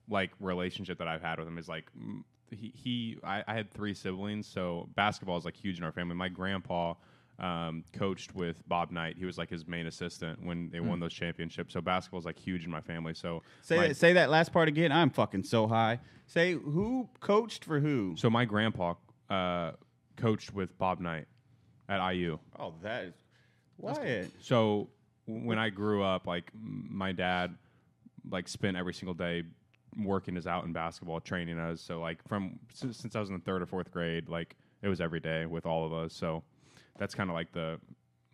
S3: like relationship that I've had with him is like mm, he, he I, I had three siblings, so basketball is like huge in our family. My grandpa um, coached with Bob Knight. He was like his main assistant when they won those championships. So basketball is like huge in my family. So
S2: Say
S3: my,
S2: that, say that last part again. I'm fucking so high. Say who coached for who?
S3: so my grandpa uh, coached with Bob Knight at IU.
S2: Oh, that is Wyatt.
S3: So w- when I grew up, like m- my dad, like spent every single day working us out in basketball, training us. So like from since, since I was in the third or fourth grade, like it was every day with all of us. So that's kind of like the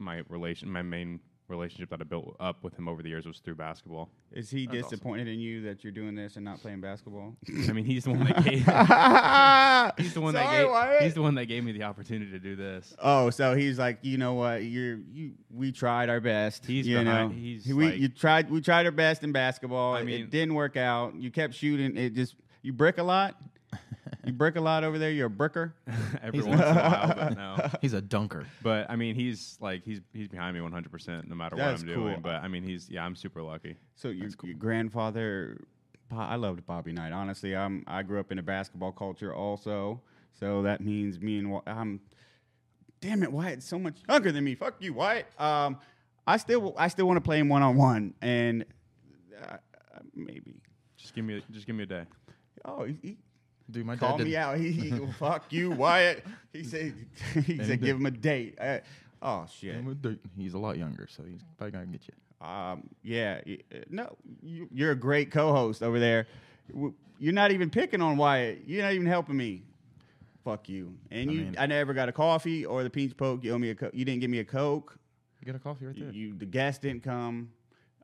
S3: my relation, my main relationship that I built up with him over the years was through basketball.
S2: Is he
S1: That's
S2: disappointed in you that you're doing this and not playing basketball?
S3: I mean, he's the one that gave he's the one
S2: Sorry,
S3: that
S2: Wyatt.
S3: gave, he's the one that gave me the opportunity to do this.
S2: Oh, so he's like, you know what? You're you. We tried our best.
S3: He's
S2: you
S3: behind-
S2: know,
S3: he's
S2: we
S3: like-
S2: you tried we tried our best in basketball.
S3: I
S2: It-
S3: mean-
S2: it didn't work out. You kept shooting. It just you brick a lot. You brick a lot over there. You're a bricker.
S3: Every once in a while, but no.
S1: He's a dunker.
S3: But I mean, he's like he's he's behind me 100 percent no matter
S2: That's
S3: what I'm doing.
S2: cool.
S3: But I mean, he's yeah, I'm super lucky.
S2: So your, your grandfather, Bo- I loved Bobby Knight. Honestly, I'm I grew up in a basketball culture also. So that means me and Wy- I'm. Damn it, Wyatt's so much younger than me. Fuck you, Wyatt. Um, I still I still want to play him one on one, and uh, uh, maybe.
S3: Just give me just give me a day.
S2: Oh, he, he
S1: Dude, my
S2: called
S1: dad
S2: me
S1: did,
S2: out. He, he fuck you, Wyatt. He said he said
S1: did.
S2: give him a date. Uh, oh shit.
S1: He's a lot younger, so he's probably gonna get you.
S2: Um, yeah, y- uh, no, you, you're a great co-host over there. W- You're not even picking on Wyatt. You're not even helping me. Fuck you. And
S1: I
S2: you,
S1: mean-
S2: I never got a coffee or the peach poke. You owe me a. Co- you didn't give me a coke.
S1: You get a coffee right
S2: You,
S1: there.
S2: you- the gas didn't come.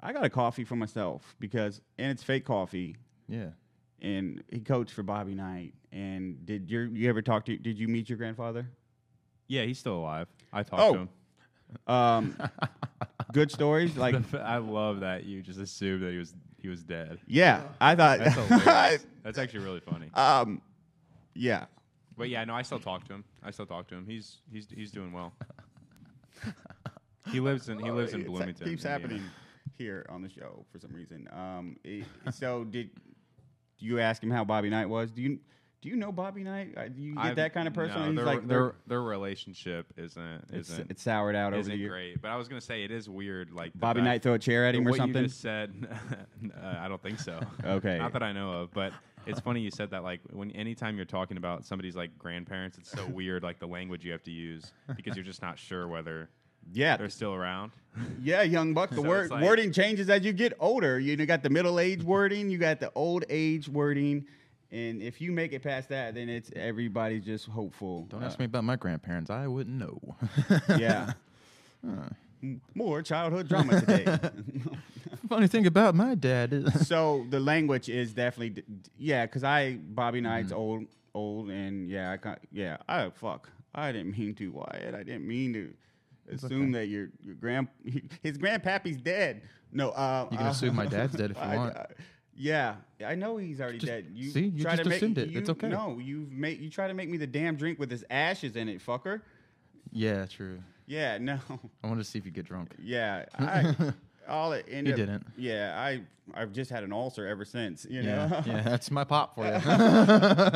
S2: I got a coffee for myself because, and it's fake coffee.
S1: Yeah.
S2: and he coached for Bobby Knight. And did your you ever talk to? Did you meet your grandfather?
S3: Yeah, he's still alive. I talked
S2: Oh.
S3: to him.
S2: Um, good stories. Like,
S3: I love that you just assumed that he was he was dead.
S2: yeah, I thought.
S3: That's hilarious. That's actually really funny.
S2: um, yeah.
S3: But yeah, no, I still talk to him. I still talk to him. He's he's he's doing well. He lives in he lives in
S2: It's- uh,
S3: Bloomington.
S2: keeps
S3: Indiana.
S2: happening here on the show for some reason. Um, it- so did you ask him how Bobby Knight was? Do you do you know Bobby Knight? Uh, Do you get
S3: I've-
S2: that kind of person?
S3: No,
S2: He's
S3: their,
S2: like
S3: their their relationship isn't
S2: it's,
S3: isn't
S2: it's soured out over the
S3: isn't
S2: year.
S3: great. But I was gonna say it is weird. Like the
S2: Bobby
S3: fact-
S2: Knight throw a chair at him or
S3: what
S2: something.
S3: you just said, uh, I don't think so.
S2: Okay.
S3: not that I know of, but it's funny you said that. Like when anytime you're talking about somebody's like grandparents, it's so weird, like the language you have to use because you're just not sure whether
S2: yeah,
S3: they're still around.
S2: Yeah, young buck. The
S3: So
S2: word
S3: it's like-
S2: wording changes as you get older. You, know, you got the middle age wording, you got the old age wording, and if you make it past that, then it's everybody's just hopeful.
S1: Don't
S2: Uh,
S1: ask me about my grandparents. I wouldn't know.
S2: Yeah. M- More childhood drama today.
S1: Funny thing about my dad is
S2: so the language is definitely, d- d- yeah, because I Bobby
S1: Mm-hmm.
S2: Knight's old, old, and yeah, I can yeah, I fuck, I didn't mean to, Wyatt. I didn't mean to assume that your your grand his grandpappy's dead. No, uh,
S1: you can
S2: uh,
S1: assume my dad's dead if you
S2: I-
S1: want.
S2: I- yeah, I know he's already
S1: Just-
S2: dead. You
S1: see, you
S2: try
S1: just
S2: to make,
S1: assumed it.
S2: You,
S1: It's okay.
S2: No, you make you try to make me the damn drink with his ashes in it, fucker.
S1: Yeah, true.
S2: Yeah, no,
S1: I wanted to see if you get drunk.
S2: yeah. I, all it ended.
S1: You
S2: up-
S1: didn't.
S2: Yeah, I I've just had an ulcer ever since. You
S1: Yeah,
S2: know.
S1: yeah, that's my pop for you.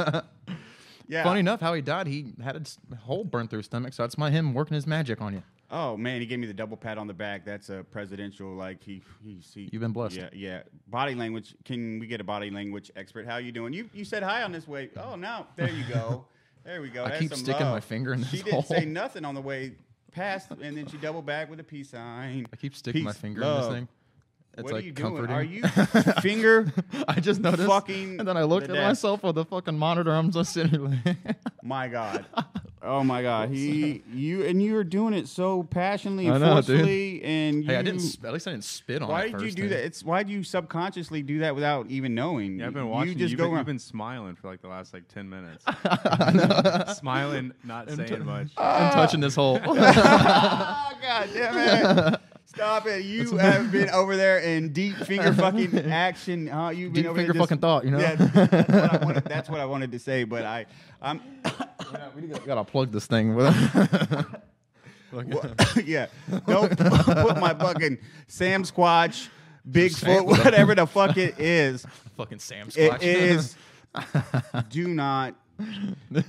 S2: yeah.
S1: Funny enough, how he died, he had a s- hole burned through his stomach, so that's my him working his magic on you.
S2: Oh man, he gave me the double pat on the back. That's a presidential. Like he he. he
S1: You've been blessed.
S2: Yeah, yeah. Body language. Can we get a body language expert? How you doing? You you said hi on this way. Oh no, there you go. There we go.
S1: I
S2: That's
S1: keep
S2: some
S1: sticking my
S2: love.
S1: finger in
S2: She
S1: this
S2: didn't say
S1: hole.
S2: nothing on the way past, and then she double back with a peace sign.
S1: I keep sticking my
S2: Peace,
S1: finger in
S2: love.
S1: this thing. It's
S2: what
S1: like
S2: are you
S1: comforting.
S2: doing? Are you finger?
S1: I just noticed.
S2: fucking
S1: and then I looked
S2: the
S1: at
S2: death?
S1: myself on the fucking monitor. I'm just sitting here like,
S2: My God. Oh my God. He you and you were doing it so passionately,
S1: I know, dude.
S2: forcefully, and you,
S1: hey, I didn't. Sp- at least I didn't spit on.
S2: Why did
S1: it
S2: you
S1: first,
S2: do
S1: dude.
S2: that? It's why do you subconsciously do that without even knowing?
S3: Yeah, I've been
S2: You-
S3: watching.
S2: You just
S3: have
S2: go
S3: been,
S2: around.
S3: you've been smiling for like the last like ten minutes, smiling, not saying much.
S2: Ah!
S1: I'm touching this hole.
S2: oh God damn it! Stop it! You have been over there in deep finger fucking action. Huh? You've been
S1: Deep
S2: over
S1: finger
S2: there just-
S1: fucking thought, you know?
S2: Yeah, that's, what I wanted, that's what I wanted to say, but I, I'm,
S1: we gotta plug this thing. With
S2: yeah. Don't put my fucking Sam Squatch,
S1: Sam
S2: Bigfoot,
S1: Squatch.
S2: whatever the fuck it is.
S1: fucking Sam
S2: It
S1: Squatch.
S2: is. do not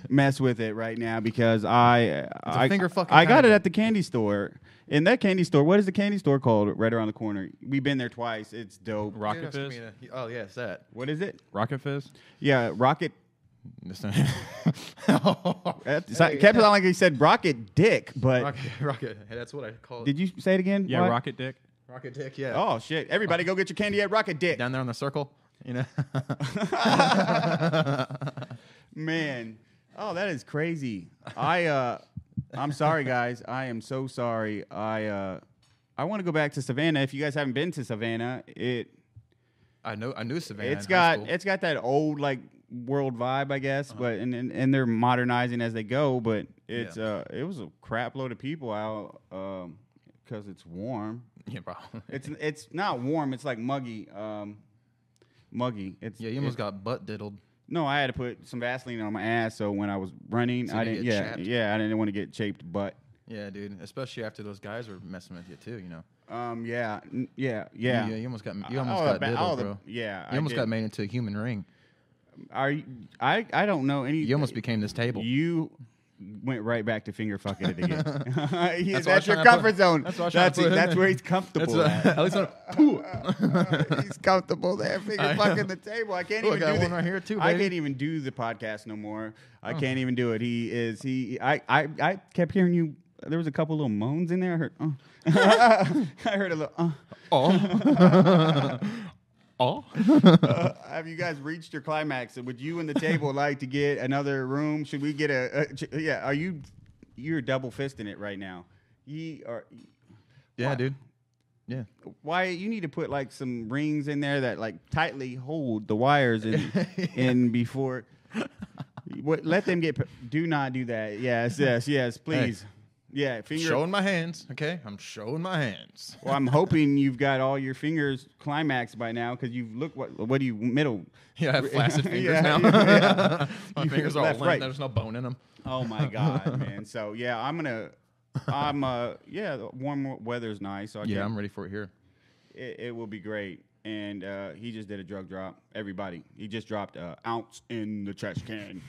S2: mess with it right now because I uh, I-
S1: finger fucking
S2: I got
S1: kinda
S2: it at the candy store. In that candy store, what is the candy store called? Right around the corner. We've been there twice. It's dope.
S3: Rocket fizz.
S1: Oh yeah, it's that.
S2: What is it?
S3: Rocket fizz.
S2: Yeah, rocket.
S1: rocket,
S2: That so- kept sounding like he said rocket dick, but
S1: rocket. Hey, that's what I call it.
S2: did you say it again?
S3: Yeah,
S2: What?
S3: rocket dick.
S1: rocket dick? Yeah.
S2: Oh shit! Everybody, go get your candy at Rocket Dick.
S1: Down there on the circle. You know.
S2: Man, oh, that is crazy. I, uh, I'm sorry, guys. I am so sorry. I, uh, I want to go back to Savannah. If you guys haven't been to Savannah, it
S1: I know. I knew Savannah.
S2: it's
S1: in high
S2: got
S1: school. Uh-huh.
S2: it's got that old like world vibe, I guess. But and, and and they're modernizing as they go. But it's
S1: Yeah.
S2: uh, it was a crap load of people out um 'cause because it's warm.
S1: Yeah, bro.
S2: It's it's not warm. It's like muggy. Um, muggy. It's
S1: Yeah, you almost got butt diddled.
S2: No, I had to put some Vaseline on my ass so when I was running,
S1: So you
S2: I
S1: didn't
S2: didn't.
S1: get
S2: Yeah,
S1: chapped?
S2: yeah, I didn't want to get chaped, but
S1: Yeah, dude. Especially after those guys were messing with you too. You know.
S2: um, yeah, n- yeah, yeah.
S1: You, you almost got. You almost
S2: All
S1: got
S2: the ba- all
S1: diddled,
S2: the-
S1: bro.
S2: Yeah,
S1: You almost
S2: I
S1: got
S2: did.
S1: made into a human ring.
S2: Are you, I? I don't know any.
S1: You almost became this table.
S2: You went right back to finger fucking it again. Yeah, that's
S1: what I was
S2: your
S1: trying to
S2: comfort
S1: put-
S2: zone.
S1: that's
S2: That's,
S1: what I was trying to put in
S2: that's
S1: there.
S2: where he's comfortable. at.
S1: least I-
S2: he's comfortable there, finger
S1: I
S2: fucking
S1: know.
S2: the table. I can't
S1: Ooh, I
S2: even
S1: got
S2: do
S1: one
S2: the-
S1: right here, too,
S2: I
S1: baby. Oh.
S2: can't even do the podcast no more. I can't even do it. He is he. I I I kept hearing you. There was a couple little moans in there. I heard. Uh. I heard a little. Uh.
S1: Oh. oh.
S2: Uh, have you guys reached your climax? Would you and the table like to get another room? Should we get a? a ch- yeah. Are you? You're double fisting it right now. Ye are.
S1: Yeah,
S2: What?
S1: dude. Yeah.
S2: why you need to put like some rings in there that like tightly hold the wires in in before. What, let them get. p- Do not do that. Yes, yes, yes. Please. Yeah, finger.
S1: Showing my hands, okay? I'm showing my hands.
S2: Well, I'm hoping you've got all your fingers climaxed by now because you've looked. What what do you middle?
S1: Yeah, I have flaccid fingers
S2: Yeah,
S1: now.
S2: yeah.
S1: my
S2: You-
S1: fingers are all
S2: left,
S1: limp.
S2: right.
S1: There's no bone in them.
S2: Oh my god, man! So yeah, I'm gonna. I'm uh yeah. the Warm weather's nice. So I
S1: Yeah,
S2: can't-
S1: I'm ready for it here.
S2: it, it will be great. And uh, he just did a drug drop. Everybody, he just dropped an ounce in the trash can.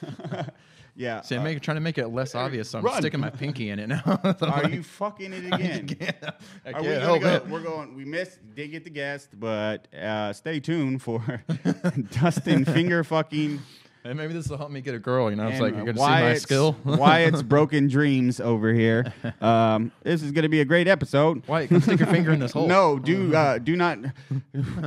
S2: yeah.
S1: See,
S2: uh,
S1: I'm make, trying to make it less obvious, so I'm
S2: run.
S1: sticking my pinky in it now. So I'm
S2: are
S1: like,
S2: you fucking it
S1: I
S2: again?
S1: can't- I
S2: Are we
S1: can't
S2: gonna
S1: help
S2: go?
S1: it.
S2: We're going. We missed. Did get the guest, but uh, stay tuned for Dustin finger fucking.
S1: And maybe this will help me get a girl. You know, it's
S2: and
S1: like you're gonna see my
S2: Wyatt's-
S1: skill.
S2: Wyatt's broken dreams over here. Um, this is gonna be a great episode.
S1: Wyatt, come stick your finger in this hole.
S2: No, do uh, do not.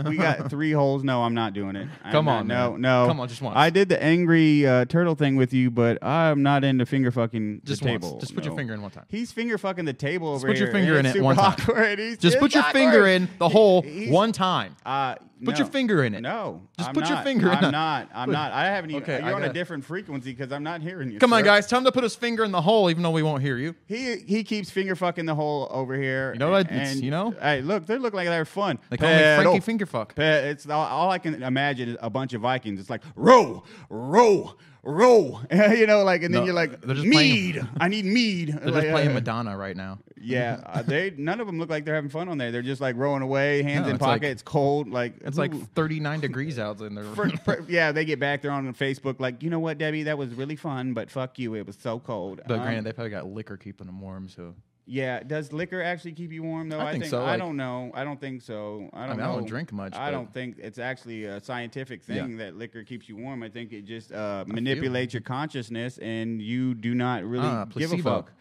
S2: We got three holes. No, I'm not doing it. I'm
S1: Come
S2: not-
S1: on,
S2: no,
S1: man.
S2: no.
S1: Come on, just once.
S2: I did the angry uh, turtle thing with you, but I'm not into finger fucking
S1: Just
S2: the
S1: once.
S2: table.
S1: Just put your
S2: No.
S1: finger in one time.
S2: He's finger fucking the table over
S1: put your
S2: here,
S1: finger
S2: and
S1: in
S2: it's
S1: it
S2: super
S1: one time.
S2: awkward. He's-
S1: Just
S2: it's
S1: put your
S2: awkward.
S1: finger in the hole
S2: He's-
S1: one time.
S2: Uh,
S1: Put your
S2: no.
S1: finger in it.
S2: No,
S1: Just
S2: I'm
S1: put your
S2: not.
S1: finger in
S2: I'm
S1: it.
S2: not. I'm not. I haven't even.
S1: Okay,
S2: you're
S1: I
S2: on a
S1: gotta-
S2: different frequency because I'm not hearing you.
S1: Come on,
S2: sir.
S1: guys. Tell him to put his finger in the hole, even though we won't hear you.
S2: He he keeps finger fucking the hole over here.
S1: You know what? It's-
S2: and-
S1: you know?
S2: Hey, look, they look like they're fun.
S1: They call me Frankie
S2: Pedal.
S1: Fingerfuck.
S2: Pe- It's all, all I can imagine is a bunch of Vikings. It's like row, row, row. you know, like, and then
S1: No,
S2: you're like,
S1: they're just playing-
S2: mead. I need mead. uh,
S1: They're just playing Madonna right now.
S2: Yeah, uh, they none of them look like they're having fun on there. They're just like rowing away, hands
S1: No,
S2: in
S1: it's like-
S2: pocket. it's cold. Like
S1: It's like
S2: ooh.
S1: 39 degrees out in there.
S2: For- for- yeah, they get back. They're on Facebook. Like, you know what, Debbie? That was really fun, but fuck you. It was so cold.
S1: But
S2: Um,
S1: granted, they probably got liquor keeping them warm. So
S2: Yeah, does liquor actually keep you warm though?
S1: I think so,
S2: I
S1: like-
S2: don't know. I don't think so. I don't
S1: mean,
S2: know.
S1: I don't drink much,
S2: I
S1: but-
S2: don't think it's actually a scientific
S1: Yeah.
S2: thing that liquor keeps you warm. I think it just uh, manipulates your consciousness, and you do not really
S1: Ah,
S2: give a
S1: placebo. Uh.
S2: fuck.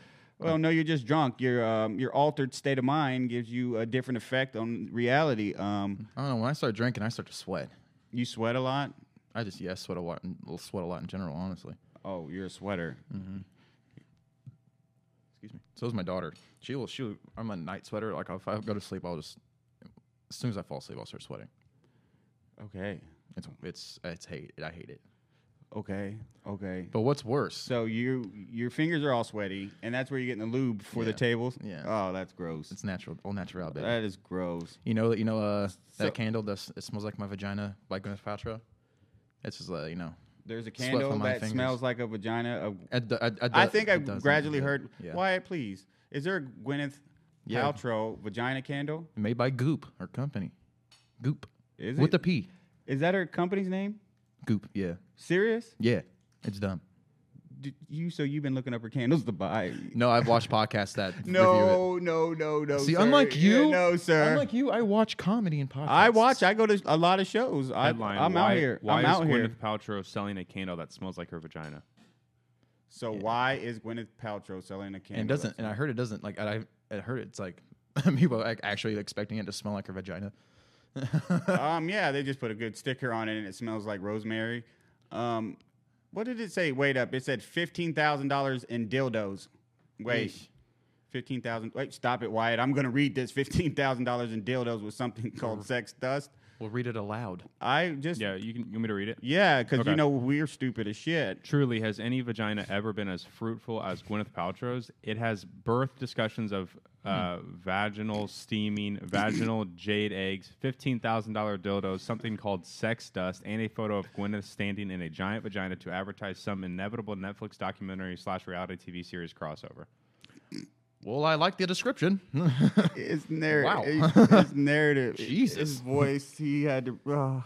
S2: Well, no, you're just drunk. Your um, your altered state of mind gives you a different effect on reality. Um,
S1: I don't know. When I start drinking, I start to sweat.
S2: you sweat a lot.
S1: I just yeah, I sweat a lot. and- I'll Sweat a lot in general, honestly.
S2: Oh, you're a sweater.
S1: Excuse me. So is my daughter. She will. She. Will, I'm a night sweater. Like if I go to sleep, I'll just as soon as I fall asleep, I'll start sweating. Mm.
S2: Okay,
S1: It's it's it's hate. I hate it.
S2: okay, okay.
S1: But what's worse?
S2: So you your fingers are all sweaty, and that's where you're getting the lube for the
S1: Yeah.
S2: tables.
S1: Yeah.
S2: Oh, that's gross.
S1: It's natural. All natural, baby.
S2: That is gross.
S1: you know that. You know uh,
S2: So-
S1: that candle. That's it smells like my vagina by Gwyneth Paltrow. It's just uh, you know.
S2: There's a
S1: Sweat
S2: candle
S1: from my
S2: that
S1: fingers.
S2: smells like a vagina. Of,
S1: I, d- I, d-
S2: I think I
S1: it doesn't-
S2: gradually heard.
S1: Yeah.
S2: Wyatt, please. Is there a Gwyneth
S1: Yeah.
S2: Paltrow vagina candle?
S1: Made by Goop, her company. Goop.
S2: Is
S1: With
S2: it?
S1: a P.
S2: Is that her company's name?
S1: Goop. Yeah.
S2: Serious?
S1: Yeah. It's dumb.
S2: Did you so you've been looking up her candles to buy?
S1: No, I've watched podcasts that review
S2: No, no, no, no.
S1: it. See,
S2: sir.
S1: unlike you,
S2: Yeah, no, sir.
S1: Unlike you, I watch comedy and podcasts.
S2: I watch. I go to a lot of shows. I,
S3: Headline,
S2: I'm
S3: why,
S2: out here.
S3: Why
S2: I'm
S3: is
S2: out
S3: Gwyneth
S2: here.
S3: Paltrow selling a candle that smells like her vagina?
S2: So why is Gwyneth Paltrow selling a candle?
S1: and it doesn't. And I heard it doesn't. Like I, I heard it's like people are, like actually expecting it to smell like her vagina.
S2: um, yeah, they just put a good sticker on it, and it smells like rosemary. Um, what did it say? Wait up! It said fifteen thousand dollars in dildos. Wait,
S1: Yeesh.
S2: fifteen thousand. Wait, stop it, Wyatt. I'm gonna read this fifteen thousand dollars in dildos with something called sex dust.
S1: We'll read it aloud.
S2: I just
S3: Uh-huh. Yeah, you can. You want me to read it?
S2: yeah, because
S3: Okay.
S2: you know we're stupid as shit.
S3: Truly, has any vagina ever been as fruitful as Gwyneth Paltrow's? It has birth discussions of uh,
S2: Hmm.
S3: vaginal steaming, vaginal jade eggs, fifteen thousand dollar dildos, something called sex dust, and a photo of Gwyneth standing in a giant vagina to advertise some inevitable Netflix documentary slash reality TV series crossover.
S1: Well, I like the description.
S2: It's narrative.
S1: Wow.
S2: it's narrative. his
S1: Jesus.
S2: voice. He had to. Uh,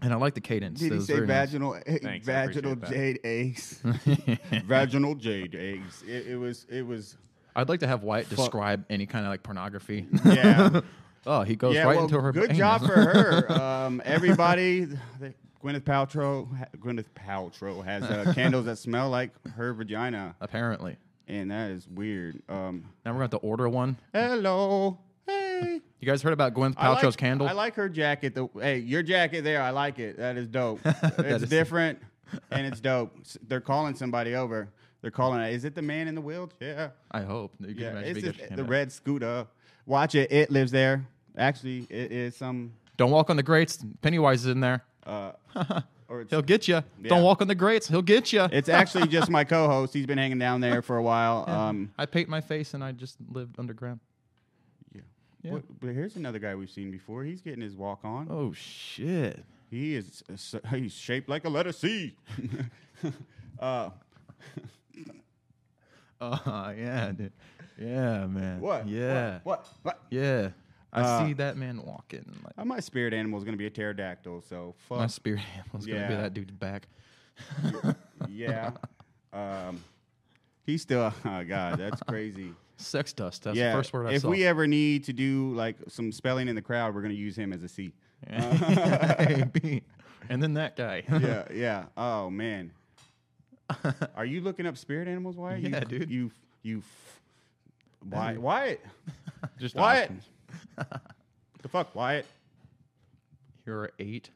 S1: and I like the cadence.
S2: did
S1: That
S2: he
S1: was
S2: say
S1: very nice.
S2: vaginal? eh,
S3: Thanks, I
S2: vaginal
S3: appreciate that.
S2: jade eggs. vaginal jade eggs. It, it was. It was.
S1: I'd like to have Wyatt describe any kind of like pornography.
S2: Yeah.
S1: oh, he goes
S2: yeah,
S1: right
S2: well,
S1: into her.
S2: good
S1: anus.
S2: job for her. Um, everybody, th- Gwyneth Paltrow, ha- Gwyneth Paltrow has uh, candles that smell like her vagina,
S1: Apparently,
S2: and that is weird. Um,
S1: now we're going to order one.
S2: hello, hey.
S1: You guys heard about Gwyneth
S2: I
S1: Paltrow's
S2: like,
S1: candle?
S2: I like her jacket. The hey, your jacket there. I like it. That is dope. it's
S1: is-
S2: different, and it's dope. S- They're calling somebody over. They're calling. Is it the man in the wheelchair?
S1: I hope. You can
S2: Yeah,
S1: imagine
S2: it's
S1: if you
S2: just
S1: get your
S2: the
S1: hand back.
S2: red scooter. Watch it. It lives there. Actually, it is some.
S1: Don't walk on the grates. Pennywise is in there.
S2: Uh, or it's,
S1: He'll get you.
S2: Yeah.
S1: Don't walk on the grates. He'll get you.
S2: it's actually just my co-host. He's been hanging down there for a while. Um,
S1: I paint my face and I just lived underground.
S2: yeah.
S1: Yeah.
S2: But, but here's another guy we've seen before. He's getting his walk on.
S1: Oh shit!
S2: He is he's shaped like a letter C. uh,
S1: Uh, yeah, dude. Yeah, man.
S2: what?
S1: Yeah.
S2: What? What? what?
S1: Yeah. I
S2: Uh,
S1: see that man walking. Like
S2: Uh, my spirit animal is gonna be a pterodactyl. So fuck.
S1: my spirit animal's gonna be
S2: Yeah.
S1: that dude's back.
S2: yeah. Um, he's still. Oh god, that's crazy.
S1: Sex dust. That's
S2: yeah.
S1: the first word I
S2: if
S1: saw.
S2: we e- ever need to do like some spelling in the crowd, we're gonna use him as a C.
S1: AB. and then that guy.
S2: yeah. Yeah. Oh man. Are you looking up spirit animals, Wyatt?
S1: Yeah,
S2: you,
S1: dude.
S2: You you. f- Wyatt. Wyatt.
S3: Just
S2: Wyatt.
S3: options.
S2: the fuck, Wyatt.
S1: Here are eight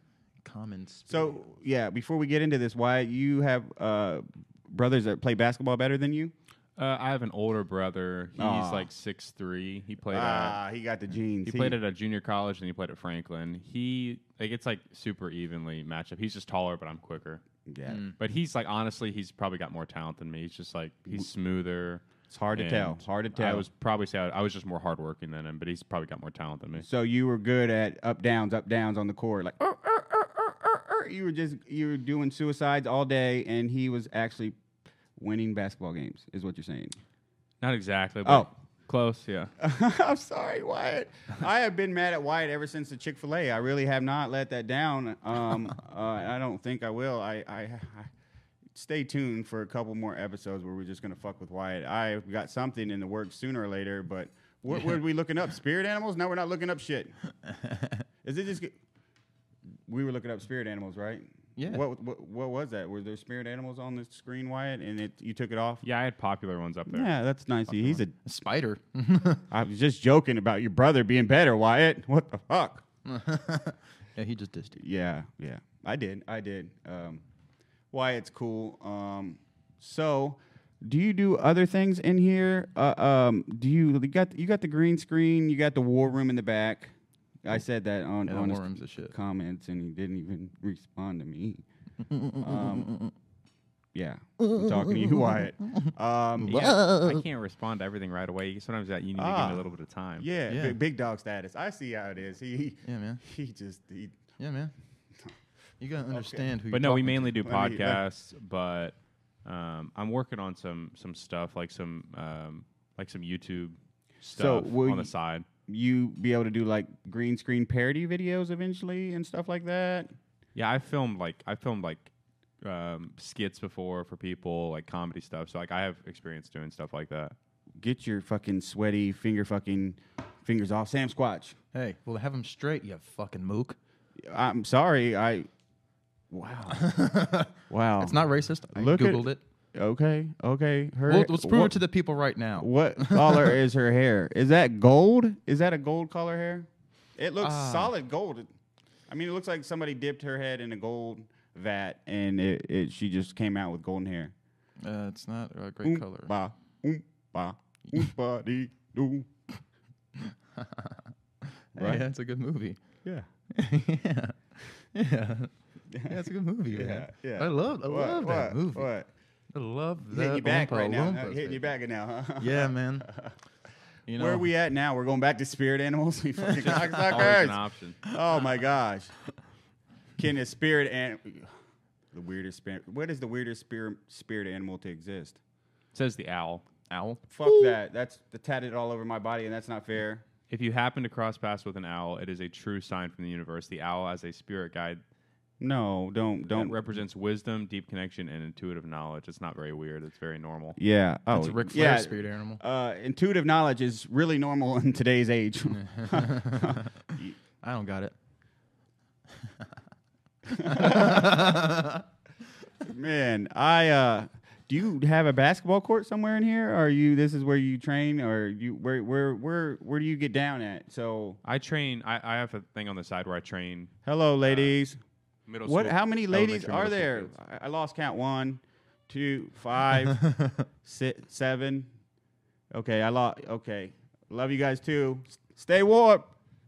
S1: common. Spirits.
S2: So yeah, before we get into this, why you have uh, brothers that play basketball better than you?
S3: Uh, I have an older brother. He's
S2: Aw.
S3: like six three. He played. at,
S2: Ah, he got the genes.
S3: he played at a junior college, and he played at Franklin. He like it's like super evenly matched up. He's just taller, but I'm quicker.
S2: Yeah,
S3: But he's like honestly, he's probably got more talent than me. He's just like he's smoother.
S2: it's hard to tell.
S3: and
S2: Hard to
S3: Mm. I
S2: tell.
S3: was probably say I was just more hardworking than him, but he's probably got more talent than me.
S2: so you were good at up downs, up downs on the court, like. "Er, er, er, er, er, er." You were just you were doing suicides all day, and he was actually winning basketball games. Is what you're saying?
S3: Not exactly. But
S2: Oh.
S3: close. Yeah.
S2: I'm sorry, Wyatt. I have been mad at Wyatt ever since the Chick Fil A. I really have not let that down. Um, uh, I don't think I will. I, I, I stay tuned for a couple more episodes where we're just gonna fuck with Wyatt. I've got something in the works sooner or later, but what were we looking up? Spirit animals? No, we're not looking up shit. Is it just? g- We were looking up spirit animals, right?
S1: Yeah.
S2: What, what what was that? Were there spirit animals on the screen, Wyatt? And it you took it off?
S3: Yeah, I had popular ones up there.
S2: Yeah, that's nice. He's a
S1: A spider.
S2: I was just joking about your brother being better, Wyatt. What the fuck?
S1: yeah, he just dissed you.
S2: Yeah, yeah. I did. I did. Um, Wyatt's cool. Um, so, do you do other things in here? Uh, um, do you, you got you got the green screen? You got the war room in the back. I said that on,
S1: Yeah, the
S2: on his
S1: war room's a shit.
S2: comments, and he didn't even respond to me. um, yeah, I'm talking to you, Wyatt. Um,
S3: Yeah, I can't respond to everything right away. Sometimes that you need to give
S2: Ah.
S3: me a little bit of time.
S2: yeah,
S1: Yeah.
S2: Big, big dog status. I see how it is. He,
S1: Yeah, man.
S2: he just he
S1: Yeah, man. You gotta understand who.
S3: But
S1: you're
S3: no, we
S1: talking to.
S3: mainly do
S2: Let me- let-
S3: podcasts. But um, I'm working on some some stuff like some um, like some YouTube
S2: So,
S3: stuff
S2: will
S3: on the
S2: you-
S3: side.
S2: you be able to do like green screen parody videos eventually and stuff like that?
S3: Yeah, I filmed like I filmed like um, skits before for people like comedy stuff. So like I have experience doing stuff like that.
S2: Get your fucking sweaty finger fucking fingers off Sam Squatch.
S1: Hey, well, have him straight, you fucking mook.
S2: I'm sorry, I Wow. wow.
S1: It's not racist. I
S2: Look at-
S1: googled it.
S2: Okay, okay. Her
S1: We'll, let's prove
S2: what,
S1: it to the people right now.
S2: what color is her hair? Is that gold? Is that a gold color hair? It looks
S1: Ah.
S2: solid gold. I mean, it looks like somebody dipped her head in a gold vat and it, it she just came out with golden hair.
S1: Uh, it's not a great color.
S2: Oompa, oompa, oompa dee doo.
S1: Hey,
S2: right?
S1: Yeah, it's a good movie.
S2: Yeah.
S1: yeah. Yeah. Yeah, it's a good movie, man.
S2: yeah.
S1: I love, I
S2: What,
S1: love that
S2: what,
S1: movie.
S2: What?
S1: I love that.
S2: Hitting you back
S1: Oompa
S2: right now. huh?
S1: Loompas,
S2: Hitting you
S1: baby.
S2: back now. Huh?
S1: Yeah, man. You know,
S2: Where are we at now? We're going back to spirit animals. We fucking
S3: Always an
S2: cocksuckers.
S3: option.
S2: Oh my gosh. Can a spirit and the weirdest spirit? What is the weirdest spirit spirit animal to exist?
S3: It says the owl.
S1: owl.
S2: Fuck that. That's the tatted all over my body, and that's not fair.
S3: If you happen to cross paths with an owl, it is a true sign from the universe. The owl, as a spirit guide,
S2: No, don't
S3: That
S2: don't.
S3: represents wisdom, deep connection, and intuitive knowledge. It's not very weird. It's very normal.
S2: yeah. Oh,
S1: It's a Ric Flair
S2: yeah.
S1: spirit animal.
S2: uh, intuitive knowledge is really normal in today's age.
S1: I don't got it.
S2: Man, I uh, do you have a basketball court somewhere in here? Or are you this is where you train, or you where where where where do you get down at? So
S3: I train. I, I have a thing on the side where I train
S2: hello, ladies.
S3: middle.
S2: what?
S3: school-
S2: How many ladies
S3: elementary,
S2: are
S3: middle school
S2: there?
S3: kids.
S2: I, I lost count. One, two, five, si- seven. Okay, I lost. Okay, love you guys too. Stay warm.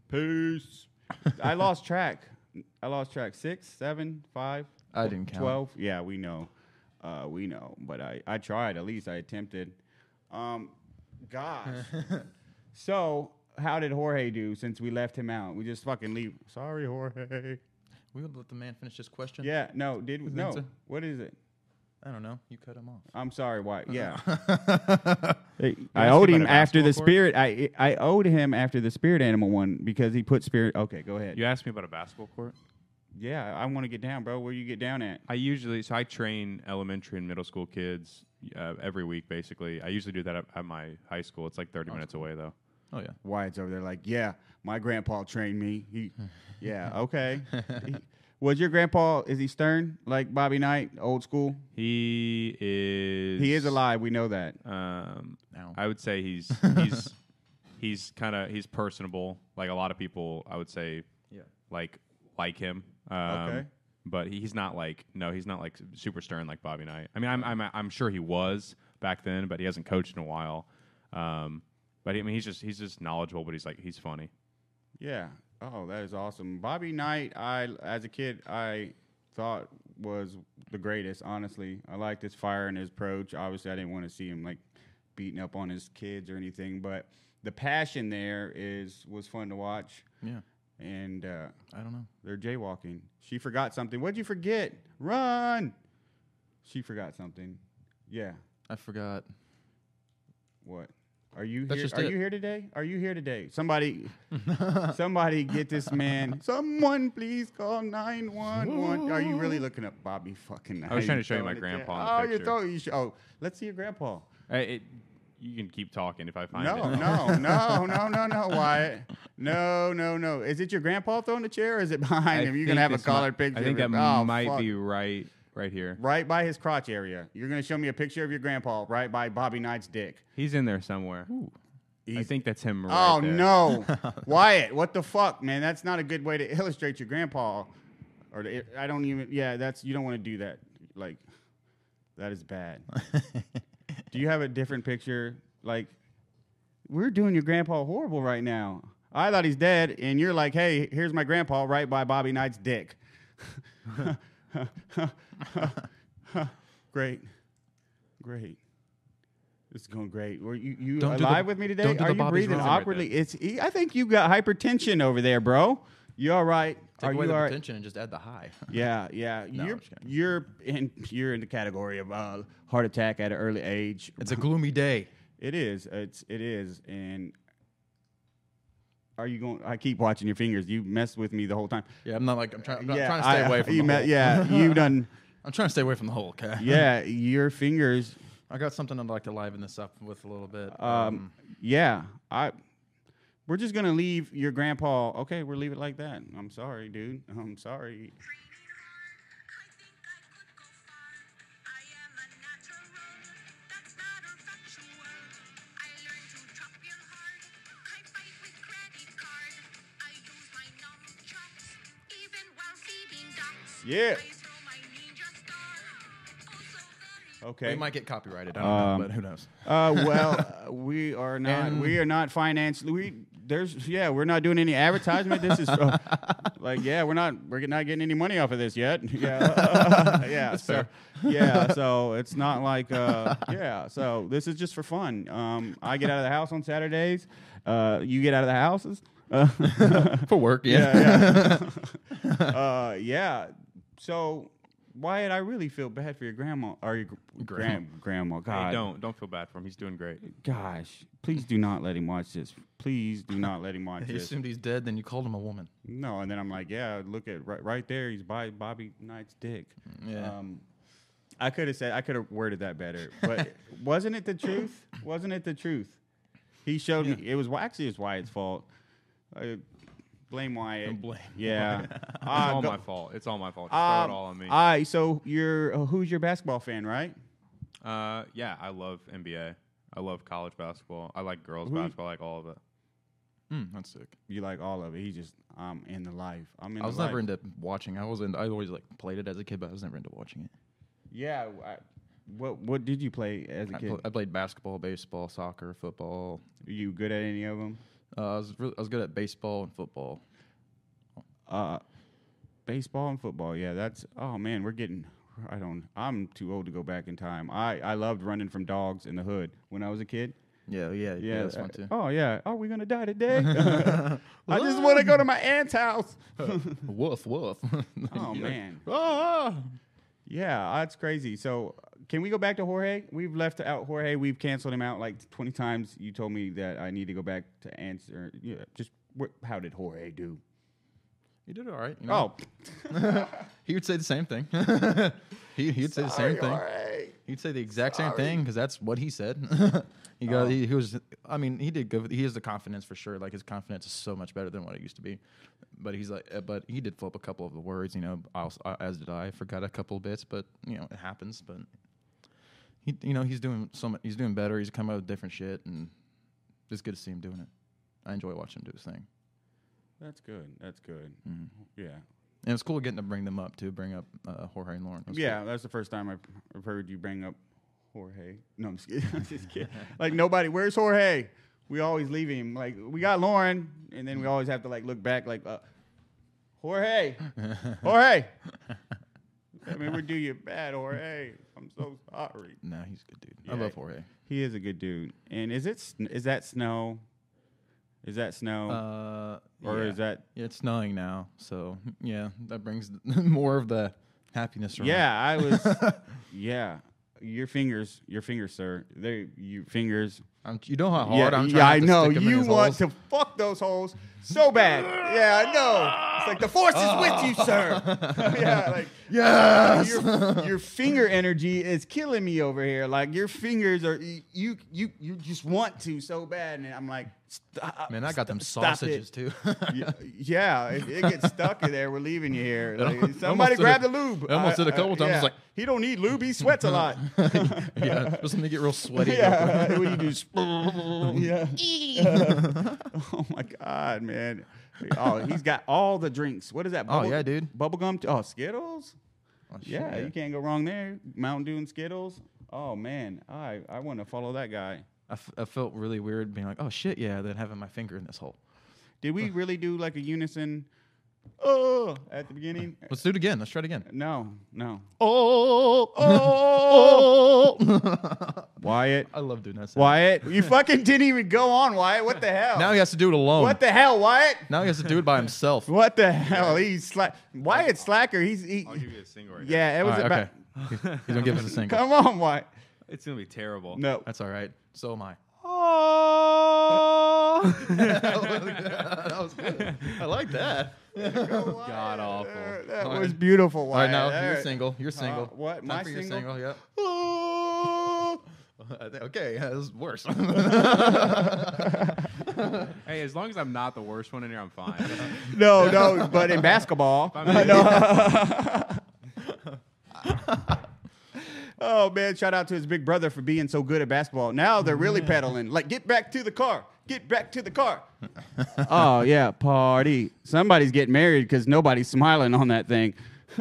S2: Peace. I lost track. I lost track. Six, seven, five,
S1: I didn't count.
S2: 12. Yeah, we know. Uh, we know. But I, I tried. At least I attempted. Um, gosh. so, how did Jorge do since we left him out? We just fucking leave. Sorry, Jorge.
S1: We would let the man finish his question.
S2: Yeah, no, did we?
S1: think
S2: No.
S1: so?
S2: What is it?
S1: I don't know. You cut him off.
S2: I'm sorry, White. Yeah. I
S3: asking
S2: owed
S3: about
S2: him
S3: a
S2: after the
S3: basketball court?
S2: spirit. I I owed him after the spirit animal one because he put spirit. Okay, go ahead.
S3: You asked me about a basketball court.
S2: Yeah, I want to get down, bro. Where you get down at?
S3: I usually so I train elementary and middle school kids uh, every week. Basically, I usually do that at, at my high school. It's like thirty minutes away though.
S1: Oh yeah.
S2: Wyatt's over there, like, yeah, my grandpa trained me. He, yeah, okay. He- was your grandpa? Is he stern like Bobby Knight, old school?
S3: He is.
S2: He is Oh. alive. We know that.
S3: Um,
S1: Now.
S3: I would say he's he's he's kind of he's personable. Like a lot of people, I would say,
S1: Yeah.
S3: like like him. Um,
S2: Okay.
S3: But he- he's not like no, he's not like super stern like Bobby Knight. I mean, I'm I'm I'm sure he was back then, but he hasn't coached in a while. Um, but I mean, he's just he's just knowledgeable, but he's like he's funny.
S2: Yeah. Oh, that is awesome. Bobby Knight, I as a kid I thought was the greatest, honestly. I liked his fire and his approach. Obviously I didn't want to see him like beating up on his kids or anything, but the passion there is was fun to watch.
S1: Yeah.
S2: And uh,
S1: I don't know.
S2: they're jaywalking. She forgot something. What'd you forget? Run. She forgot something. Yeah.
S1: I forgot.
S2: What? Are you
S1: That's
S2: here?
S1: just
S2: Are
S1: it.
S2: you here today? Are you here today? Somebody, somebody, get this man. Someone, please call nine one one. Are you really looking up Bobby fucking?
S3: I was trying to
S2: Knight?
S3: show you my
S2: Throwing it down.
S3: grandpa
S2: oh, you
S3: in the picture.
S2: thought you should. Oh, let's see your grandpa.
S3: I, it, you can keep talking if I find
S2: No,
S3: it.
S2: no, no, no, no, no, Wyatt. No, no, no. Is it your grandpa throwing the chair? or Is it behind him? You're gonna have a collared picture.
S3: I think that
S2: of him. Oh,
S3: might
S2: fuck.
S3: be right right here.
S2: right by his crotch area. You're gonna show me a picture of your grandpa right by Bobby Knight's dick.
S3: He's in there somewhere. I
S2: He's-
S3: think that's him. Right
S2: Oh
S3: there.
S2: no, Wyatt! What the fuck, man? That's not a good way to illustrate your grandpa. Or to, I don't even. Yeah, that's you don't want to do that. Like, that is bad. do you have a different picture? Like, we're doing your grandpa horrible right now. I thought he's dead, and you're like, hey, here's my grandpa right by Bobby Knight's dick. great, great. It's going great. Were you, you
S1: Don't do the-
S2: alive with me today?
S1: don't do
S2: Are
S1: the
S2: you
S1: Bobby's
S2: breathing
S1: wrong right
S2: awkwardly? It's. I think you got hypertension over there, bro. You all right?
S1: Take
S2: Are
S1: away
S2: you
S1: the
S2: all right?
S1: attention and just add the high.
S2: Yeah, yeah. you're
S1: I'm just kidding.
S2: you're in you're in the category of uh, heart attack at an early age.
S1: it's a gloomy day.
S2: It is. It's it is. And are you going? I keep watching your fingers. You messed with me the whole time.
S1: Yeah, I'm not like I'm trying. I'm trying to
S2: I- uh,
S1: stay away from.
S2: you
S1: the
S2: me-
S1: hole.
S2: Yeah, you done.
S1: I'm trying to stay away from the hole. Okay.
S2: Yeah, your fingers.
S1: I got something I'd like to liven this up with a little bit.
S2: Um, yeah, I. We're just gonna leave your grandpa. Okay, we'll leave it like that. I'm sorry, dude. I'm sorry.
S4: I think I could go far. I am a natural, that's not a factual. I learned to chop real hard. I fight with credit card. I use my numb chops, even while feeding dots.
S2: Yeah.
S4: I throw my ninja star. Also very
S2: Okay.
S1: we might get copyrighted. I don't
S2: Um,
S1: know, but who knows?
S2: Uh, well, uh, we are not.
S1: And-
S2: we are not financially. We there's yeah. We're not doing any advertisement. This is uh, like yeah. We're not. We're not getting any money off of this yet. Yeah. yeah. So, yeah. So it's not like uh, yeah. So this is just for fun. Um, I get out of the house on Saturdays. Uh, you get out of the houses. Uh,
S1: For work,
S2: yeah. Yeah. uh, yeah. So. Wyatt, I really feel bad for your grandma or your gr- grand, grandma. God,
S3: Hey, don't don't feel bad for him. He's doing great.
S2: gosh, please do not let him watch this. Please do not let him watch
S1: You
S2: this.
S1: assumed he's dead, then you called him a woman.
S2: No, and then I'm like, yeah, look at right, right there. He's by Bobby Knight's dick.
S3: Mm,
S1: Yeah.
S2: Um, I could have said I could have worded that better, but wasn't it the truth? Wasn't it the truth? He showed me it was actually it was Wyatt's fault. I blame Wyatt.
S1: Don't blame
S2: Yeah,
S3: It's
S2: Uh,
S3: all
S2: go-
S3: my fault. It's all my fault. Just
S2: um,
S3: throw it all on me.
S2: I so you're uh, who's your basketball fan, right?
S3: uh, yeah, I love NBA. I love college basketball. I like girls
S2: Who-
S3: basketball. I like all of it.
S1: Mm, that's sick.
S2: You like all of it. He just I'm in the life. I'm in.
S1: I
S2: the
S1: was
S2: life.
S1: never into watching. I was into. I always like played it as a kid, but I was never into watching it.
S2: Yeah. I, what What did you play as a
S1: I,
S2: kid?
S1: pl- I played basketball, baseball, soccer, football.
S2: Were you good at any of them?
S1: Uh, I was really, I was good at baseball and football.
S2: Uh, baseball and football. Yeah, that's. Oh man, we're getting. I don't. I'm too old to go back in time. I I loved running from dogs in the hood when I was a kid.
S1: Yeah, yeah, yeah. that's
S2: uh,
S1: fun too.
S2: Oh yeah. Are we gonna die today? I just want to go to my aunt's house.
S1: Woof woof.
S2: Oh man.
S1: Ah!
S2: Yeah, that's crazy. So, can we go back to Jorge? We've left out Jorge. We've canceled him out like 20 times. You told me that I need to go back to answer. Yeah, just wh- how did Jorge do?
S1: You did all right. You know?
S2: Oh,
S1: he would say the same thing. he, he'd say the
S2: sorry,
S1: same thing.
S2: Jorge.
S1: He'd say the exact same thing because that's what he said. he
S2: Oh.
S1: got he, he was. I mean, he did good. He has the confidence for sure. Like his confidence is so much better than what it used to be. But he's like, uh, but he did flip a couple of the words. You know, I also, I- as did I. Forgot a couple of bits, but you know, it happens. But he, you know, he's doing so much. He's doing better. He's coming up with different shit, and it's good to see him doing it. I enjoy watching him do his thing,
S2: That's good. That's good.
S1: Mm-hmm.
S2: Yeah.
S1: and it's cool getting to bring them up too. Bring up uh, Jorge and Lauren. That's
S2: yeah, that's the first time I've- I've heard you bring up Jorge. No, I'm just kidding. I'm just kidding. Like nobody. Where's Jorge? We always leave him. Like we got Lauren, and then we always have to like look back. Like uh, Jorge, Jorge. I mean, we do you bad, Jorge. I'm so sorry.
S1: Cool. Nah, he's a good dude. I
S2: Yeah.
S1: love Jorge.
S2: He is a good dude. And is it sn- is that snow? Is that snow?
S1: Uh,
S2: or
S1: yeah.
S2: is that
S1: Yeah, it's snowing now, so yeah, that brings more of the happiness. Around.
S2: Yeah, I was. yeah, your fingers, your fingers, sir. They, your fingers.
S1: I'm, you know how
S2: yeah,
S1: hard I'm trying.
S2: yeah, I
S1: not to
S2: know.
S1: stick 'em in
S2: You
S1: his
S2: want
S1: holes?
S2: to fuck those holes so bad. yeah, I know. It's like the force is with you, sir. yeah, like
S1: Oh. Yes.
S2: your, your finger energy is killing me over here. Like your fingers are you you you just want to so bad, and I'm like, stop.
S1: Man, I got them
S2: stop it."
S1: sausages too.
S2: Y- yeah, if it gets stuck in there, we're leaving you here. Like,
S1: almost
S2: somebody
S1: did
S2: grab
S1: it-
S2: the lube.
S1: it almost did a couple times,
S2: yeah.
S1: like-
S2: he don't need lube. He sweats a lot.
S1: yeah, just when they get real sweaty.
S2: yeah, when you do, sp- yeah. oh my god, man! Oh, he's got all the drinks. What is that?
S1: Oh, yeah, dude.
S2: Bubblegum. T- oh, Skittles.
S1: Oh, shit,
S2: Yeah, you can't go wrong there. Mountain Dew and Skittles. Oh man, I I want to follow that guy.
S1: I, f- I felt really weird being like, oh shit, yeah, then having my finger in this hole.
S2: Did we really do like a unison? Oh, at the beginning.
S1: Let's do it again. Let's try it again.
S2: No, no.
S1: Oh, oh.
S2: Wyatt.
S1: I love doing that. sound.
S2: Wyatt, you fucking didn't even go on, Wyatt. What the hell?
S1: Now he has to do it alone.
S2: what the hell, Wyatt?
S1: now he has to do it by himself.
S2: What the hell? He's slack. Wyatt slacker. He's he,
S3: I'll give Oh, you a single right now.
S2: yeah. It
S1: All
S2: was
S1: right,
S2: about.
S1: okay. He's gonna give us a single.
S2: Come on, Wyatt.
S3: It's gonna be terrible.
S2: No.
S1: That's all right. So am I.
S2: Oh.
S1: that was good. I like that.
S3: God awful.
S2: Uh, that
S1: All right.
S2: was beautiful,
S1: All right, Uh,
S2: Wyatt.
S1: now
S2: All
S1: you're
S2: right.
S1: single. You're single.
S2: what?
S1: Time
S2: My
S1: for your
S2: single?
S1: single. Yep.
S2: Oh.
S1: I thi- okay, yeah, this is worse.
S3: Hey, as long as I'm not the worst one in here, I'm fine.
S2: No, no. But in basketball. Oh man, shout out to his big brother for being so good at basketball. Now they're really pedaling. Like, get back to the car. Get back to the car. oh yeah, party. Somebody's getting married because nobody's smiling on that thing.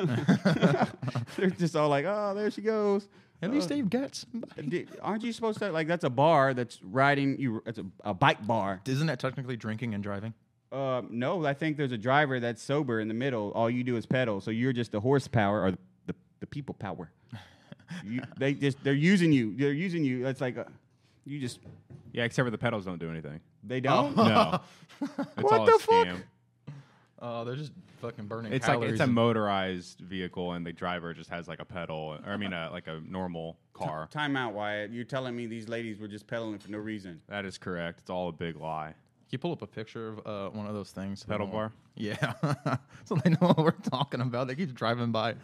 S2: they're just all like, oh, there she goes. Uh,
S1: At least they've got somebody.
S2: Di- Aren't you supposed to like? That's a bar that's riding you. It's a, a bike bar.
S1: Isn't that technically drinking and driving?
S2: Uh, no, I think there's a driver that's sober in the middle. All you do is pedal, so you're just the horsepower or the, the people power. You, they just they're using you. They're using you. That's like a, you just
S3: yeah, except for the pedals don't do anything.
S2: they don't.
S3: No. It's
S2: What
S3: all
S2: the
S3: a
S2: fuck?
S3: scam.
S1: Oh, they're just fucking burning
S3: It's like
S1: calories.
S3: it's a
S1: and-
S3: motorized vehicle, and the driver just has like a pedal, or I mean, a, like a normal car.
S2: Time out, Wyatt. You're telling me these ladies were just pedaling for no reason.
S3: That is correct. It's all a big lie.
S1: Can you pull up a picture of uh, one of those things? so they
S3: Pedal
S1: know-
S3: bar?
S1: Yeah. so they know what we're talking about. They keep driving by.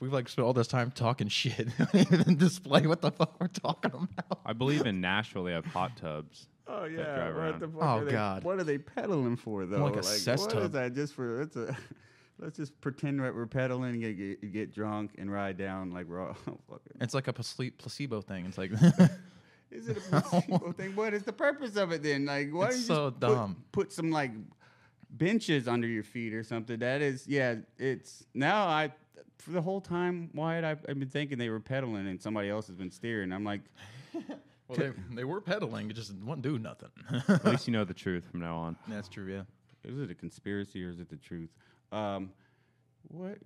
S1: We've like spent all this time talking shit. and display what the fuck we're talking about.
S3: I believe in Nashville they have hot tubs.
S2: Oh
S3: drive around.
S2: fuck?
S1: Oh,
S2: are they-
S1: God.
S2: What are they pedaling for though?
S1: like a cess
S2: what is
S1: tub.
S2: that just for? It's a. Let's just pretend that we're pedaling, get, get, get drunk, and ride down like we're all. oh, fucking-
S1: It's like a plac- placebo thing. It's like
S2: Is it a placebo thing? What is the purpose of it then? Like, why
S1: It's
S2: don't you
S1: so
S2: just put-
S1: dumb.
S2: Put, some like benches under your feet or something. That is, yeah. It's now I for the whole time Wyatt I've, I've been thinking they were pedaling and somebody else has been steering. I'm like,
S1: Well, they, they were peddling. It just wouldn't do nothing.
S3: At least you know the truth from now on.
S1: That's true. Yeah.
S2: Is it a conspiracy or is it the truth? Um, what?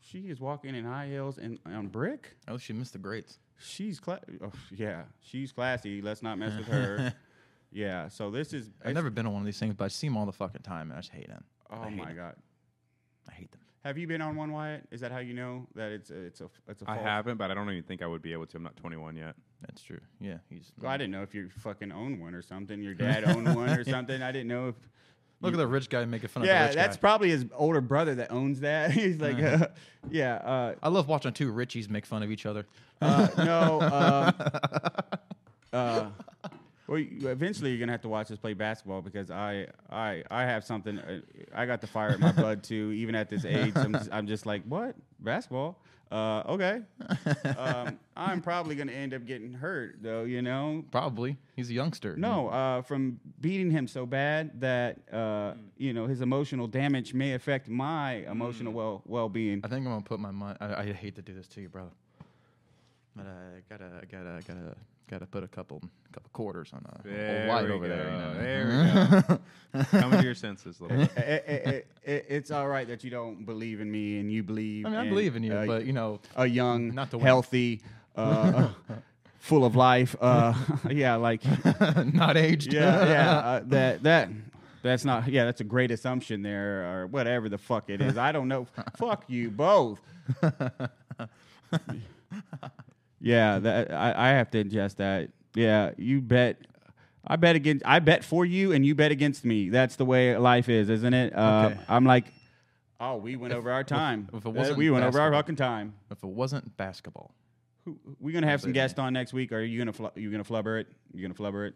S2: She is walking in high heels and on brick.
S1: Oh, she missed the greats.
S2: She's cla- oh, yeah, she's classy. Let's not mess with her. yeah. So this is.
S1: I've never been on one of these things, but I see them all the fucking time, and I just hate them.
S2: Oh my god.
S1: I hate them.
S2: Have you been on one, Wyatt? Is that how you know that it's a, it's a it's a
S3: I
S2: false-
S3: haven't, but I don't even think I would be able to. I'm not 21 yet.
S1: That's true. Yeah. He's,
S2: Well, I didn't know if you fucking own one or something. Your dad owned one or something. I didn't know if.
S1: Look at the rich guy making fun of the
S2: Yeah,
S1: rich
S2: that's
S1: guy. Uh-huh.
S2: probably his older brother that owns that. He's like, uh, yeah, uh,
S1: I love watching two Richies make fun of each other.
S2: Uh, no. Um, uh, well, you, eventually you're gonna have to watch us play basketball because I, I, I have something. uh, I got the fire in my blood too. Even at this age, I'm just, I'm just like, what basketball? Uh, okay. Um, I'm probably gonna end up getting hurt though. You know,
S1: Probably. He's a youngster.
S2: no, uh, from beating him so bad that uh, you know his emotional damage may affect my emotional well well being.
S1: I think I'm gonna put my money. I, I hate to do this to you, brother, but I gotta, I gotta, I gotta, gotta put a couple, couple quarters on a, a white over there. You know?
S3: There we go. Come to your senses, little. bit.
S2: it, it, it, it, it's all right that you don't believe in me and you believe.
S1: I mean, I
S2: in,
S1: believe in you,
S2: uh,
S1: but you know,
S2: a young,
S1: not the way.
S2: healthy, uh, full of life. Uh, yeah, like yeah,
S1: not aged.
S2: yeah. Uh, that that that's not. Yeah, that's a great assumption there, or whatever the fuck it is. I don't know. fuck you both. yeah, that I, I have to ingest that. Yeah, you bet. I bet against. I bet for you, and you bet against me. That's the way life is, isn't it? Uh,
S1: Okay.
S2: I'm like, oh, we went over our time.
S1: if it
S2: Uh,
S1: wasn't
S2: we went over our
S1: basketball.
S2: fucking time.
S1: if it wasn't basketball,
S2: Who- We're gonna have some guests on next week. Are you gonna fl- you gonna flubber it? You gonna flubber it?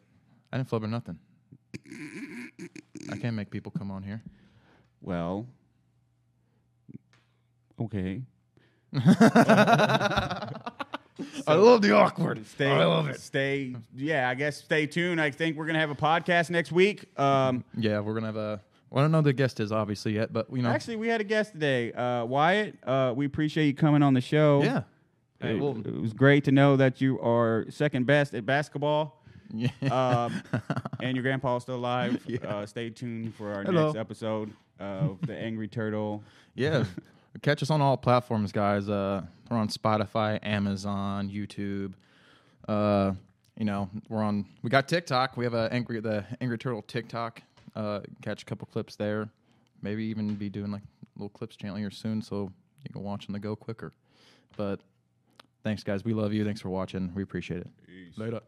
S1: I didn't flubber nothing. I can't make people come on here.
S2: Well, okay.
S1: I love the awkward.
S2: Stay, I love it. Stay, yeah. I guess stay tuned. I think we're gonna have a podcast next week. Um,
S1: Yeah, we're gonna have a. Well, I don't know who the guest is obviously yet, but you know,
S2: actually, we had a guest today, uh, Wyatt. Uh, we appreciate you coming on the show.
S1: yeah. Hey,
S2: It,
S1: well,
S2: it was great to know that you are second best at basketball.
S1: yeah.
S2: Um, and your grandpa is still alive. Uh, stay tuned for our
S1: Hello.
S2: next episode of the Angry Turtle.
S1: Yeah. Catch us on all platforms, guys. Uh, we're on Spotify, Amazon, YouTube. Uh, you know, we're on. We got TikTok. We have a angry the Angry Turtle TikTok. Uh, catch a couple clips there. Maybe even be doing like little clips channel here soon, so you can watch on the go quicker. But thanks, guys. We love you. Thanks for watching. We appreciate it. Later.